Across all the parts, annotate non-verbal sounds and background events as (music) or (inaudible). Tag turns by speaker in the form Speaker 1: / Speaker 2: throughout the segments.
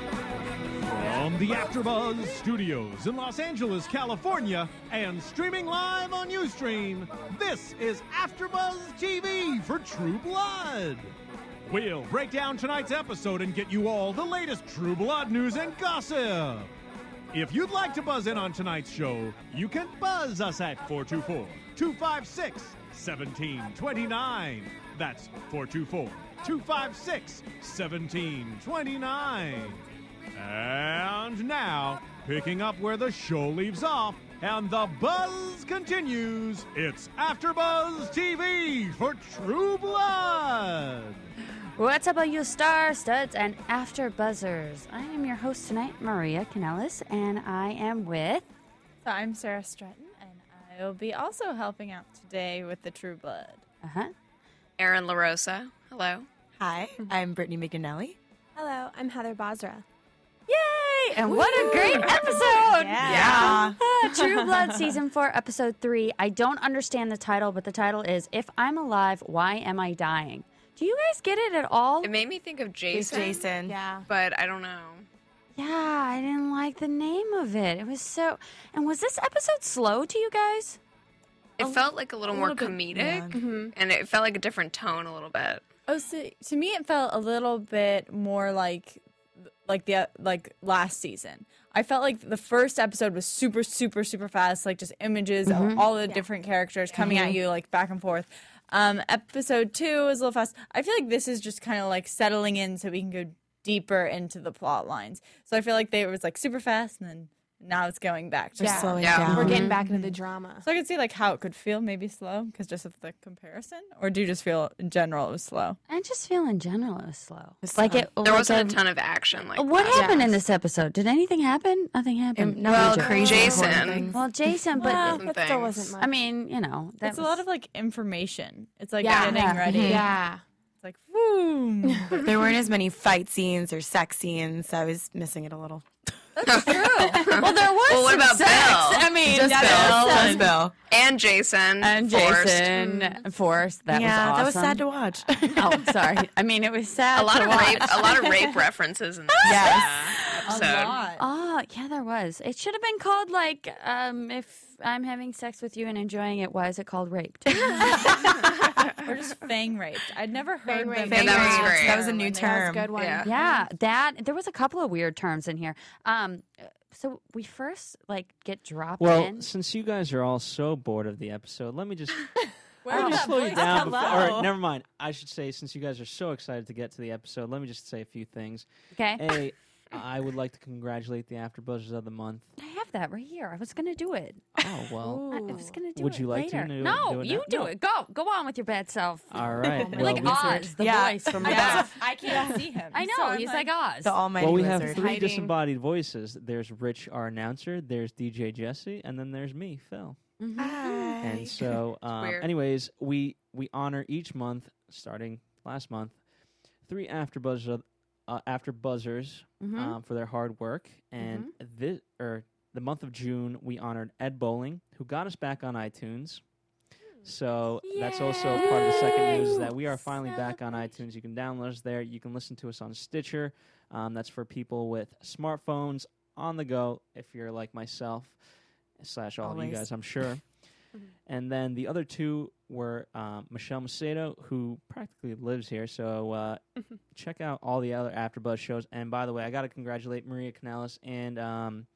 Speaker 1: From the AfterBuzz Studios in Los Angeles, California, and streaming live on UStream, this is AfterBuzz TV for True Blood. We'll break down tonight's episode and get you all the latest True Blood news and gossip. If you'd like to buzz in on tonight's show, you can buzz us at 424 256 1729. That's 424 256 1729. And now, picking up where the show leaves off and the buzz continues, it's AfterBuzz TV for True Blood.
Speaker 2: What's up, all you star studs and after buzzers? I am your host tonight, Maria Canellis, and I am with.
Speaker 3: So I'm Sarah Stratton, and I will be also helping out today with the True Blood.
Speaker 2: Uh huh.
Speaker 4: Aaron LaRosa. Hello.
Speaker 5: Hi, I'm Brittany McNally.
Speaker 6: Hello, I'm Heather Bozra.
Speaker 2: Yay! And what a great episode!
Speaker 5: Yeah.
Speaker 2: Ah, True Blood Season 4, Episode 3. I don't understand the title, but the title is If I'm Alive, Why Am I Dying? Do you guys get it at all?
Speaker 4: It made me think of
Speaker 5: It's
Speaker 4: Jason.
Speaker 5: Jason.
Speaker 3: Yeah.
Speaker 4: But I don't know.
Speaker 2: Yeah, I didn't like the name of it. It was so. And was this episode slow to you guys?
Speaker 4: It felt like a little more comedic, and it felt like a different tone a little bit.
Speaker 3: Oh, so to me it felt a little bit more like like the like last season. I felt like the first episode was super super super fast, like just images of all the different characters coming at you like back and forth. Um, episode two was a little fast. I feel like this is just kind of like settling in so we can go deeper into the plot lines. So I feel like they it was like super fast, and then now it's going back. to
Speaker 5: We're
Speaker 6: Yeah.
Speaker 5: slowing
Speaker 4: Yeah.
Speaker 5: down.
Speaker 6: We're getting back into the drama.
Speaker 3: So I could see like how it could feel maybe slow because just of the comparison, or do you just feel in general it was slow?
Speaker 2: I just feel in general it was slow.
Speaker 5: It's
Speaker 2: like
Speaker 5: slow.
Speaker 2: it.
Speaker 4: There
Speaker 2: like
Speaker 4: wasn't a ton of action. Like
Speaker 2: What
Speaker 4: that.
Speaker 2: happened in this episode? Did anything happen? Nothing happened.
Speaker 5: Um, no
Speaker 4: Well,
Speaker 5: major
Speaker 4: crazy
Speaker 5: important
Speaker 4: Jason.
Speaker 5: things.
Speaker 2: Well, Jason, but
Speaker 3: Well,
Speaker 4: Some
Speaker 6: That still
Speaker 4: things.
Speaker 6: wasn't much.
Speaker 2: I mean, you know, that's
Speaker 3: it's a lot of like information. It's like
Speaker 6: Yeah.
Speaker 3: getting
Speaker 2: Yeah.
Speaker 3: ready.
Speaker 6: yeah.
Speaker 3: It's like boom.
Speaker 5: (laughs) There weren't as many fight scenes or sex scenes. So I was missing it
Speaker 2: (laughs)
Speaker 5: a little.
Speaker 3: well, there was.
Speaker 4: Well, what
Speaker 3: some
Speaker 4: about
Speaker 3: sex.
Speaker 4: Bill
Speaker 3: I mean,
Speaker 4: Just Bill.
Speaker 5: Just Bill.
Speaker 4: and Jason? Mm.
Speaker 2: and
Speaker 4: Forrest.
Speaker 2: Jason Forrest. That
Speaker 5: yeah,
Speaker 2: was
Speaker 5: that was
Speaker 2: awesome.
Speaker 5: sad to watch.
Speaker 2: oh, sorry. I mean, it was sad.
Speaker 4: A lot
Speaker 2: to
Speaker 4: of
Speaker 2: watch.
Speaker 4: rape. A lot of rape references in this
Speaker 5: Yes.
Speaker 4: uh,
Speaker 3: A
Speaker 4: episode.
Speaker 3: lot.
Speaker 2: Oh, yeah, there was. It should have been called like, um, if I'm having sex with you and enjoying it, why is it called raped?
Speaker 3: or just fang raped. I'd never heard
Speaker 6: Fang
Speaker 3: them
Speaker 6: raped.
Speaker 4: Yeah, that was
Speaker 3: use
Speaker 4: great.
Speaker 5: (laughs) That was a
Speaker 3: term
Speaker 5: new
Speaker 3: when they-
Speaker 5: term.
Speaker 6: That's a good one.
Speaker 4: Yeah.
Speaker 2: yeah, that there was a couple of weird terms in here. Um, so we first like get dropped
Speaker 7: Well,
Speaker 2: in.
Speaker 7: since you guys are all so bored of the episode, let me just
Speaker 3: Where
Speaker 7: let me
Speaker 3: was
Speaker 7: just
Speaker 3: that
Speaker 7: slow you
Speaker 3: voice?
Speaker 7: down.
Speaker 3: Hello.
Speaker 7: Before, or never mind. I should say, since you guys are so excited to get to the episode, let me just say a few things.
Speaker 2: Okay,
Speaker 7: A, I would like to congratulate the AfterBuzzers of the month.
Speaker 2: I have that right here. I was gonna do it.
Speaker 7: Oh
Speaker 5: (laughs)
Speaker 7: well.
Speaker 2: I, I was gonna do
Speaker 7: Would
Speaker 2: it
Speaker 7: you like to
Speaker 2: later.
Speaker 7: do-
Speaker 2: no,
Speaker 7: do it
Speaker 2: you
Speaker 7: now?
Speaker 2: do
Speaker 7: No.
Speaker 2: it. Go, go on with your bad self. (laughs)
Speaker 7: All right.
Speaker 2: You're
Speaker 7: Well,
Speaker 2: like
Speaker 7: we,
Speaker 2: Oz, the
Speaker 5: Yeah.
Speaker 2: voice from
Speaker 3: (laughs)
Speaker 5: Yeah.
Speaker 2: Oz.
Speaker 3: I can't see him.
Speaker 2: I know
Speaker 3: so I'm
Speaker 2: he's like, Oz.
Speaker 5: the almighty
Speaker 7: well, we have
Speaker 5: wizard.
Speaker 7: three
Speaker 5: Hiding.
Speaker 7: disembodied voices. There's Rich, our announcer. There's DJ Jesse, and then there's me, Phil.
Speaker 2: Mm-hmm.
Speaker 5: Hi. (laughs)
Speaker 7: And so, um,
Speaker 4: weird.
Speaker 7: anyways, we we honor each month, starting last month, three after buzzer, uh, after buzzers
Speaker 2: Mhm.
Speaker 7: um, for their hard work. And this or the month of June, we honored Ed Bowling, who got us back on iTunes. So that's also part of the second news is that we are finally back on iTunes. You can download us there. You can listen to us on Stitcher. Um, that's for people with smartphones on the go. If you're like myself, slash all of
Speaker 5: Always.
Speaker 7: you guys, I'm sure. and then the other two were um, Michelle Macedo, who practically lives here. So uh, check out all the other AfterBuzz shows. And by the way, I got to congratulate Maria Canales and um,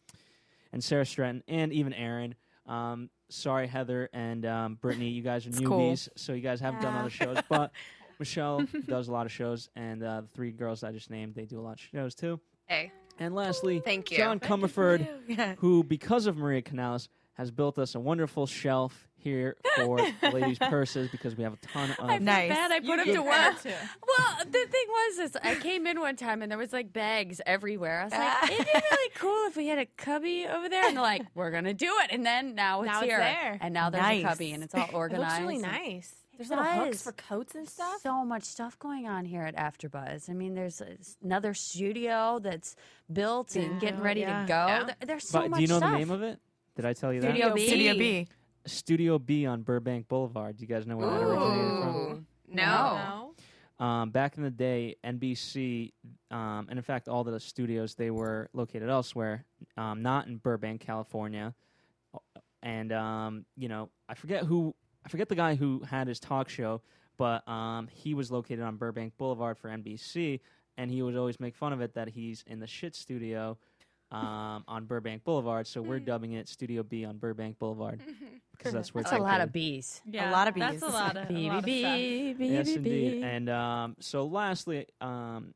Speaker 7: and Sarah Stratton and even Aaron. Um, sorry, Heather and um, Brittany, you guys are
Speaker 5: It's cool.
Speaker 7: newbies, so you guys haven't done
Speaker 6: Yeah.
Speaker 7: other shows. But Michelle does a lot of shows, and uh, the three girls I just named, they do a lot of shows too.
Speaker 4: Hey,
Speaker 7: And lastly,
Speaker 4: Thank you.
Speaker 7: John
Speaker 5: (laughs)
Speaker 7: Comerford,
Speaker 5: Yeah.
Speaker 7: who, because of Maria Canales, has built us a wonderful shelf here for ladies' purses because we have a ton of.
Speaker 5: Nice.
Speaker 2: Bad, I put him
Speaker 3: did
Speaker 2: to
Speaker 3: that
Speaker 2: work.
Speaker 3: too.
Speaker 2: Well, the thing was is I came in one time and there was like bags everywhere. I was like, it'd be really cool if we had a cubby over there. And they're like, we're gonna do it. And then now it's
Speaker 6: Now it's
Speaker 2: here,
Speaker 6: there.
Speaker 2: and now there's
Speaker 5: Nice. (laughs)
Speaker 2: a cubby, and it's all
Speaker 6: It looks
Speaker 2: organized.
Speaker 6: really
Speaker 2: and-
Speaker 6: nice. There's little hooks
Speaker 2: does.
Speaker 6: for coats and stuff.
Speaker 2: So much stuff going on here at AfterBuzz. I mean, there's uh, s- another studio that's built and getting ready to go.
Speaker 4: Yeah.
Speaker 2: There- there's so
Speaker 7: but
Speaker 2: much
Speaker 7: do you know
Speaker 2: stuff.
Speaker 7: the name of it? Did I tell you that?
Speaker 2: Studio B.
Speaker 5: Studio B.
Speaker 7: Studio B on Burbank Boulevard. Do you guys know where that originated from?
Speaker 4: Ooh. No.
Speaker 7: Um, back in the day, NBC, um, and in fact, all the studios they were located elsewhere, um, not in Burbank, California. And um, you know, I forget who, I forget the guy who had his talk show, but um, he was located on Burbank Boulevard for NBC, and he would always make fun of it that he's in the shit studio. Um, on Burbank Boulevard, so we're dubbing it Studio B on Burbank Boulevard because that's where it's
Speaker 2: That's a lot
Speaker 7: located.
Speaker 2: of bees.
Speaker 3: Yeah,
Speaker 5: lot of
Speaker 3: That's
Speaker 5: bees.
Speaker 3: a lot of, a
Speaker 2: Bee,
Speaker 3: lot of stuff.
Speaker 2: bee, bee, bee,
Speaker 7: yes,
Speaker 2: bee,
Speaker 7: indeed.
Speaker 2: bee.
Speaker 7: And um, so, lastly, um,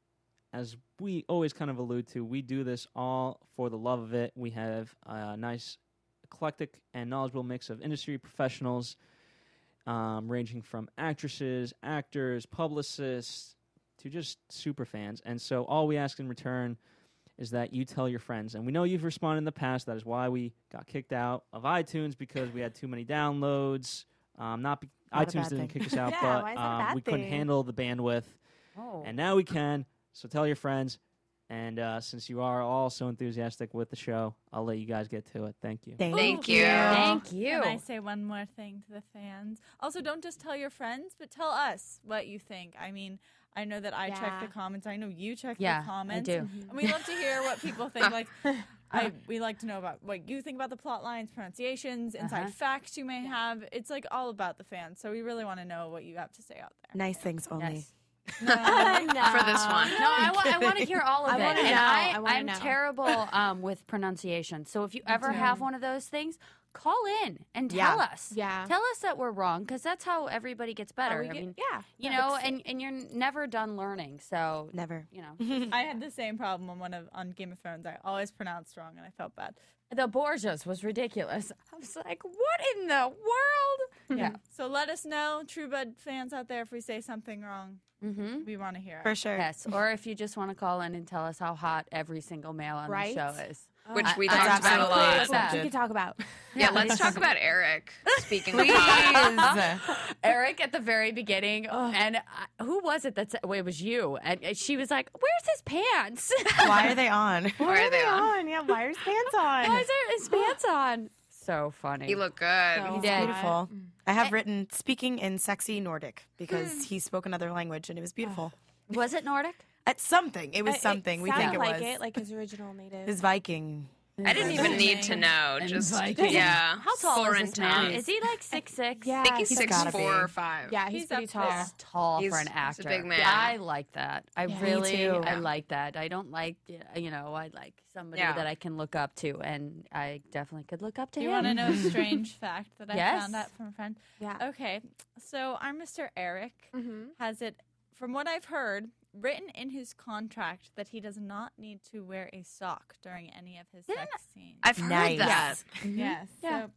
Speaker 7: as we always kind of allude to, we do this all for the love of it. We have a nice, eclectic, and knowledgeable mix of industry professionals, um, ranging from actresses, actors, publicists, to just super fans. And so, all we ask in return is that you tell your friends. And we know you've responded in the past. That is why we got kicked out of iTunes because we had too many downloads. Um, not be-
Speaker 5: Not a
Speaker 7: iTunes
Speaker 5: bad
Speaker 7: didn't
Speaker 5: thing.
Speaker 7: kick us
Speaker 6: (laughs)
Speaker 7: out,
Speaker 6: Yeah,
Speaker 7: but
Speaker 6: why is that a
Speaker 7: um,
Speaker 6: bad
Speaker 7: we couldn't
Speaker 6: thing?
Speaker 7: handle the bandwidth.
Speaker 2: oh.
Speaker 7: And now we can. So tell your friends. And uh, since you are all so enthusiastic with the show, I'll let you guys get to it. Thank you.
Speaker 5: Thank
Speaker 4: Thank you.
Speaker 2: Thank
Speaker 3: Oh, Can I
Speaker 2: you.
Speaker 3: say one more thing to the fans? Also, don't just tell your friends, but tell us what you think. I mean, I know that I check
Speaker 6: Yeah.
Speaker 3: the comments. I know you check
Speaker 2: Yeah, I
Speaker 3: the comments.
Speaker 2: do.
Speaker 3: And we love to hear what people think.
Speaker 2: (laughs)
Speaker 3: Like, I we like to know about what you think about the plot lines, pronunciations, inside
Speaker 2: Uh-huh.
Speaker 3: facts you may have. It's like all about the fans. So we really want to know what you have to say out there.
Speaker 5: Nice things only.
Speaker 2: Yes.
Speaker 4: For this one.
Speaker 2: No, I, wa- I want to hear all of
Speaker 6: I
Speaker 2: it.
Speaker 6: wanna
Speaker 2: and
Speaker 6: know.
Speaker 2: I,
Speaker 6: I wanna
Speaker 2: am
Speaker 6: know.
Speaker 2: terrible um, with pronunciation. So if you ever have one of those things, call in and tell
Speaker 5: Yeah.
Speaker 2: us.
Speaker 6: Yeah.
Speaker 2: Tell us that we're wrong because that's how everybody gets better.
Speaker 3: we
Speaker 2: I
Speaker 3: get-
Speaker 2: mean,
Speaker 6: Yeah.
Speaker 2: you know, and, and you're never done learning. So,
Speaker 5: Never.
Speaker 2: you know,
Speaker 3: I had the same problem on one of on Game of Thrones. I always pronounced wrong, and I felt bad.
Speaker 2: (laughs) the Borgias was ridiculous. I was like, what in the world? (laughs) Yeah.
Speaker 3: So let us know, Truebud fans out there, if we say something wrong. Mm-hmm. We want to hear it.
Speaker 5: For sure.
Speaker 2: Yes. Or if you just want to call in and tell us how hot every single male on
Speaker 6: Right?
Speaker 2: the show is.
Speaker 4: Which we
Speaker 2: I-
Speaker 4: talked about a
Speaker 5: absolutely
Speaker 4: lot.
Speaker 6: That's what
Speaker 2: Yeah.
Speaker 6: we could talk about.
Speaker 4: Yeah, let's talk about Eric. Speaking
Speaker 5: (laughs)
Speaker 4: of
Speaker 5: Please.
Speaker 2: Eric at the very beginning, and I, who was it that said, well, it was you? And and she was like, Where's his pants? (laughs)
Speaker 5: Why are they on?
Speaker 4: why are they on?
Speaker 5: Yeah, why are his pants
Speaker 2: Why
Speaker 5: on?
Speaker 2: is there his pants on? So funny.
Speaker 4: He looked good.
Speaker 2: He did.
Speaker 5: Beautiful. I have written speaking in sexy Nordic because he spoke another language and it was beautiful.
Speaker 2: Was it Nordic?
Speaker 5: At something. It was something. we think
Speaker 6: sounded
Speaker 5: it
Speaker 6: like
Speaker 5: was.
Speaker 6: it, like his original
Speaker 5: it
Speaker 6: native.
Speaker 5: was Viking.
Speaker 4: I didn't even need to know.
Speaker 2: And
Speaker 4: Just
Speaker 2: Viking.
Speaker 4: yeah.
Speaker 2: How tall
Speaker 4: foreign
Speaker 2: is this man?
Speaker 4: tongue.
Speaker 2: Is he like six six?
Speaker 6: Yeah,
Speaker 4: I think he's,
Speaker 5: He's
Speaker 4: six
Speaker 5: gotta
Speaker 4: four
Speaker 5: be.
Speaker 4: or five.
Speaker 6: yeah, he's,
Speaker 3: He's
Speaker 6: pretty
Speaker 3: up
Speaker 6: tall.
Speaker 3: there.
Speaker 2: Tall
Speaker 4: He's-
Speaker 2: for an
Speaker 4: he's a
Speaker 2: actor.
Speaker 4: big man.
Speaker 2: I like that. I
Speaker 6: Yeah. Me
Speaker 2: really,
Speaker 5: too.
Speaker 2: I like that. I don't like, you know, I like somebody
Speaker 4: Yeah.
Speaker 2: that I can look up to, and I definitely could look up to
Speaker 3: Do you
Speaker 2: him.
Speaker 3: want to know a strange
Speaker 2: (laughs)
Speaker 3: fact that I
Speaker 2: Yes.
Speaker 3: found out from a friend?
Speaker 6: Yeah.
Speaker 3: Okay, so our Mr. Eric
Speaker 2: Mm-hmm.
Speaker 3: has it, from what I've heard, written in his contract that he does not need to wear a sock during any of his sex scenes.
Speaker 4: I've heard
Speaker 5: Nice.
Speaker 4: that.
Speaker 3: yes.
Speaker 2: hmm? Yeah.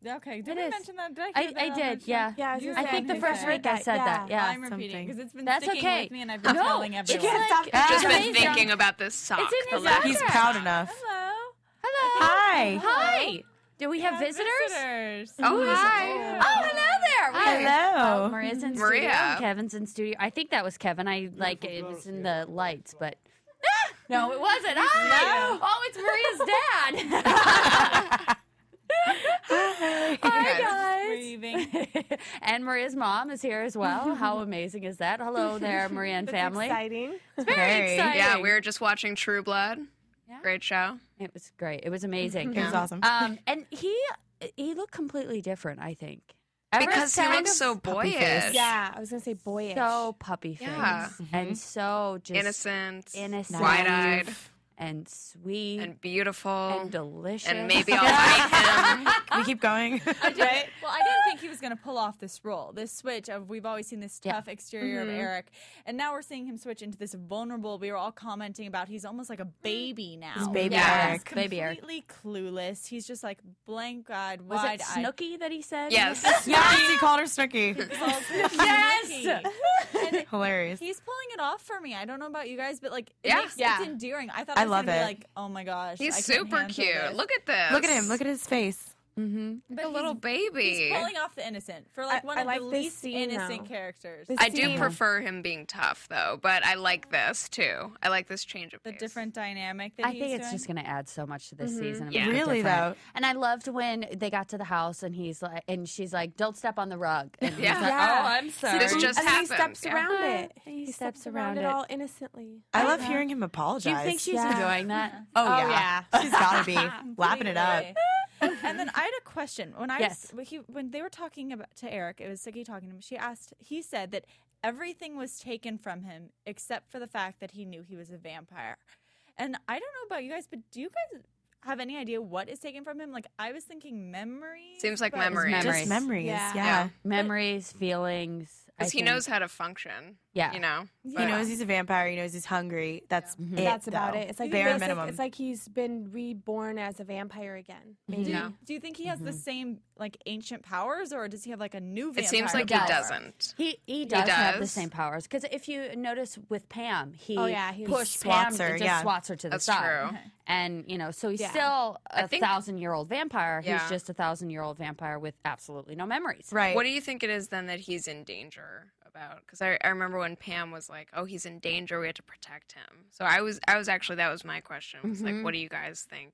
Speaker 3: So, okay. Did
Speaker 2: It
Speaker 3: I
Speaker 2: is.
Speaker 3: mention that? Did I,
Speaker 2: I,
Speaker 3: hear that
Speaker 2: I
Speaker 3: on
Speaker 2: did,
Speaker 3: the show?
Speaker 2: yeah.
Speaker 6: Yeah, I was
Speaker 3: You
Speaker 6: gonna
Speaker 2: I
Speaker 3: said
Speaker 2: think the
Speaker 3: you
Speaker 2: first
Speaker 3: said
Speaker 2: week I
Speaker 6: that,
Speaker 2: said
Speaker 6: yeah.
Speaker 2: that. Yeah.
Speaker 3: I'm repeating
Speaker 5: Something.
Speaker 3: because it's been
Speaker 2: That's
Speaker 3: sticking
Speaker 2: okay.
Speaker 3: with me, and I've been
Speaker 2: No,
Speaker 3: telling
Speaker 2: it's
Speaker 3: everyone.
Speaker 5: can't stop
Speaker 2: It's
Speaker 4: Just been
Speaker 2: amazing.
Speaker 4: thinking about this sock.
Speaker 2: It's in
Speaker 4: the
Speaker 2: his
Speaker 4: last-
Speaker 5: He's
Speaker 2: Contract.
Speaker 5: proud enough.
Speaker 3: Hello.
Speaker 2: Hello.
Speaker 5: Hi.
Speaker 2: Hi. Do we have
Speaker 3: Our
Speaker 2: visitors?
Speaker 3: visitors.
Speaker 4: Oh,
Speaker 2: Hi.
Speaker 4: hi.
Speaker 2: Oh, hello there. We-
Speaker 5: Hello.
Speaker 2: Oh, Maria's in studio.
Speaker 4: Maria.
Speaker 2: and Kevin's in studio. I think that was Kevin. I like it was in the lights, but Ah! no, it wasn't. Hi. Oh, it's Maria's dad. (laughs) Hi
Speaker 3: Breathing.
Speaker 2: guys. (laughs) and Maria's mom is here as well. How amazing is that? Hello there, Maria and family.
Speaker 6: Exciting.
Speaker 2: It's very
Speaker 5: Very.
Speaker 2: exciting.
Speaker 4: Yeah, we were just watching True Blood.
Speaker 2: Yeah.
Speaker 4: Great show.
Speaker 2: It was great. It was amazing.
Speaker 5: It was awesome.
Speaker 2: Um, and he he looked completely different. I think Ever
Speaker 4: Because he
Speaker 2: kind
Speaker 4: looks
Speaker 2: of
Speaker 4: so
Speaker 5: puppy face.
Speaker 4: boyish.
Speaker 6: Yeah, I was gonna say boyish.
Speaker 2: so puppy face
Speaker 4: Yeah.
Speaker 2: and so just
Speaker 4: Innocent.
Speaker 2: innocent.
Speaker 4: Wide eyed.
Speaker 2: and sweet and,
Speaker 4: And beautiful.
Speaker 2: delicious, (laughs)
Speaker 4: and maybe I'll like
Speaker 5: (laughs)
Speaker 4: him.
Speaker 5: Can (laughs) we keep going. (laughs)
Speaker 3: Right? (laughs) Well, I didn't think he was going to pull off this role, this switch of we've always seen this
Speaker 2: Yeah.
Speaker 3: tough exterior
Speaker 6: Mm-hmm.
Speaker 3: of Eric, and now we're seeing him switch into this vulnerable. We were all commenting about he's almost
Speaker 6: Mm.
Speaker 3: like a baby now. He's
Speaker 5: baby
Speaker 4: Yeah.
Speaker 5: Eric.
Speaker 2: baby Eric.
Speaker 3: completely clueless. He's just like blank-eyed,
Speaker 2: Was it
Speaker 3: wide-eyed. (laughs)
Speaker 2: Snooky that he said?
Speaker 4: Yes.
Speaker 5: Yes, he called her Snooki.
Speaker 3: (laughs) yes.
Speaker 5: Hilarious.
Speaker 3: He's pulling it off for me. I don't know about you guys, but like, it
Speaker 4: Yeah.
Speaker 3: makes,
Speaker 6: Yeah.
Speaker 3: it's endearing. I thought
Speaker 5: I
Speaker 3: I was
Speaker 5: love
Speaker 3: gonna
Speaker 5: it.
Speaker 3: Be like, oh my gosh, I
Speaker 4: He's
Speaker 3: can't
Speaker 4: super
Speaker 3: handle
Speaker 4: cute.
Speaker 3: this.
Speaker 4: Look at this.
Speaker 5: Look at him. Look at his face.
Speaker 4: a little baby.
Speaker 3: He's pulling off the innocent for like
Speaker 6: I-
Speaker 3: one
Speaker 6: I
Speaker 3: of
Speaker 6: like
Speaker 3: the
Speaker 6: this
Speaker 3: least
Speaker 6: scene,
Speaker 3: innocent
Speaker 6: though.
Speaker 3: characters.
Speaker 6: This-
Speaker 4: I do
Speaker 6: Yeah.
Speaker 4: prefer him being tough though, but I like this too. I like this change of
Speaker 3: the
Speaker 4: pace.
Speaker 3: different dynamic that
Speaker 2: I
Speaker 3: he's
Speaker 2: think it's
Speaker 3: doing.
Speaker 2: just going to add so much to this season. and
Speaker 4: Yeah.
Speaker 2: make it
Speaker 5: Really,
Speaker 2: different.
Speaker 5: though.
Speaker 2: And I loved when they got to the house and he's like, and she's like, "Don't step on the
Speaker 4: (laughs)
Speaker 2: rug." And (laughs) he's
Speaker 4: Yeah.
Speaker 2: like,
Speaker 6: Yeah.
Speaker 2: "Oh, I'm sorry."
Speaker 4: This just
Speaker 6: and then he
Speaker 4: happened.
Speaker 6: steps
Speaker 4: yeah.
Speaker 6: around it.
Speaker 2: He steps around
Speaker 6: it
Speaker 2: it.
Speaker 6: all innocently.
Speaker 5: I love hearing him apologize.
Speaker 2: Do you think she's
Speaker 6: Yeah.
Speaker 2: enjoying that?
Speaker 5: Oh, yeah. (laughs) She's got to be lapping it up.
Speaker 3: Completely. and then I had a question when I
Speaker 2: Yes.
Speaker 3: when he, when they were talking about to Eric, it was Siggy talking to him. She asked, he said that everything was taken from him except for the fact that he knew he was a vampire. And I don't know about you guys, but do you guys have any idea what is taken from him? Like I was thinking memories.
Speaker 4: Seems like
Speaker 3: but-
Speaker 4: memories.
Speaker 2: memories.
Speaker 5: Just memories. Yeah.
Speaker 6: Yeah.
Speaker 2: Memories, feelings. I
Speaker 4: Because he
Speaker 2: think-
Speaker 4: knows how to function.
Speaker 2: Yeah.
Speaker 4: You know?
Speaker 5: He
Speaker 4: But-
Speaker 5: knows he's a vampire. He knows he's hungry. That's it.
Speaker 6: That's about
Speaker 5: though.
Speaker 6: it. It's like
Speaker 5: bare
Speaker 6: basic-
Speaker 5: minimum.
Speaker 6: It's like he's been reborn as a vampire again.
Speaker 5: Mm-hmm.
Speaker 3: Do, you-
Speaker 4: Yeah.
Speaker 3: do you think he has the same like ancient powers, or does he have like a new? Vampire
Speaker 4: It seems like he
Speaker 2: does.
Speaker 4: doesn't.
Speaker 2: He, he does have the
Speaker 4: does.
Speaker 2: same powers because if you notice with Pam, he
Speaker 6: Oh, yeah, he
Speaker 2: pushed Pam
Speaker 5: swats her,
Speaker 2: and just
Speaker 5: yeah.
Speaker 2: swats her to the
Speaker 4: That's
Speaker 2: side,
Speaker 4: true.
Speaker 2: and you know, so he's
Speaker 6: Yeah.
Speaker 2: still a
Speaker 4: I think-
Speaker 2: thousand year old vampire.
Speaker 4: Yeah.
Speaker 2: He's just a thousand year old vampire with absolutely no memories.
Speaker 5: right.
Speaker 4: What do you think it is then that he's in danger about? Because I, I remember when Pam was like, "Oh, he's in danger. We have to protect him." So I was I was actually that was my question. Was like, what do you guys think?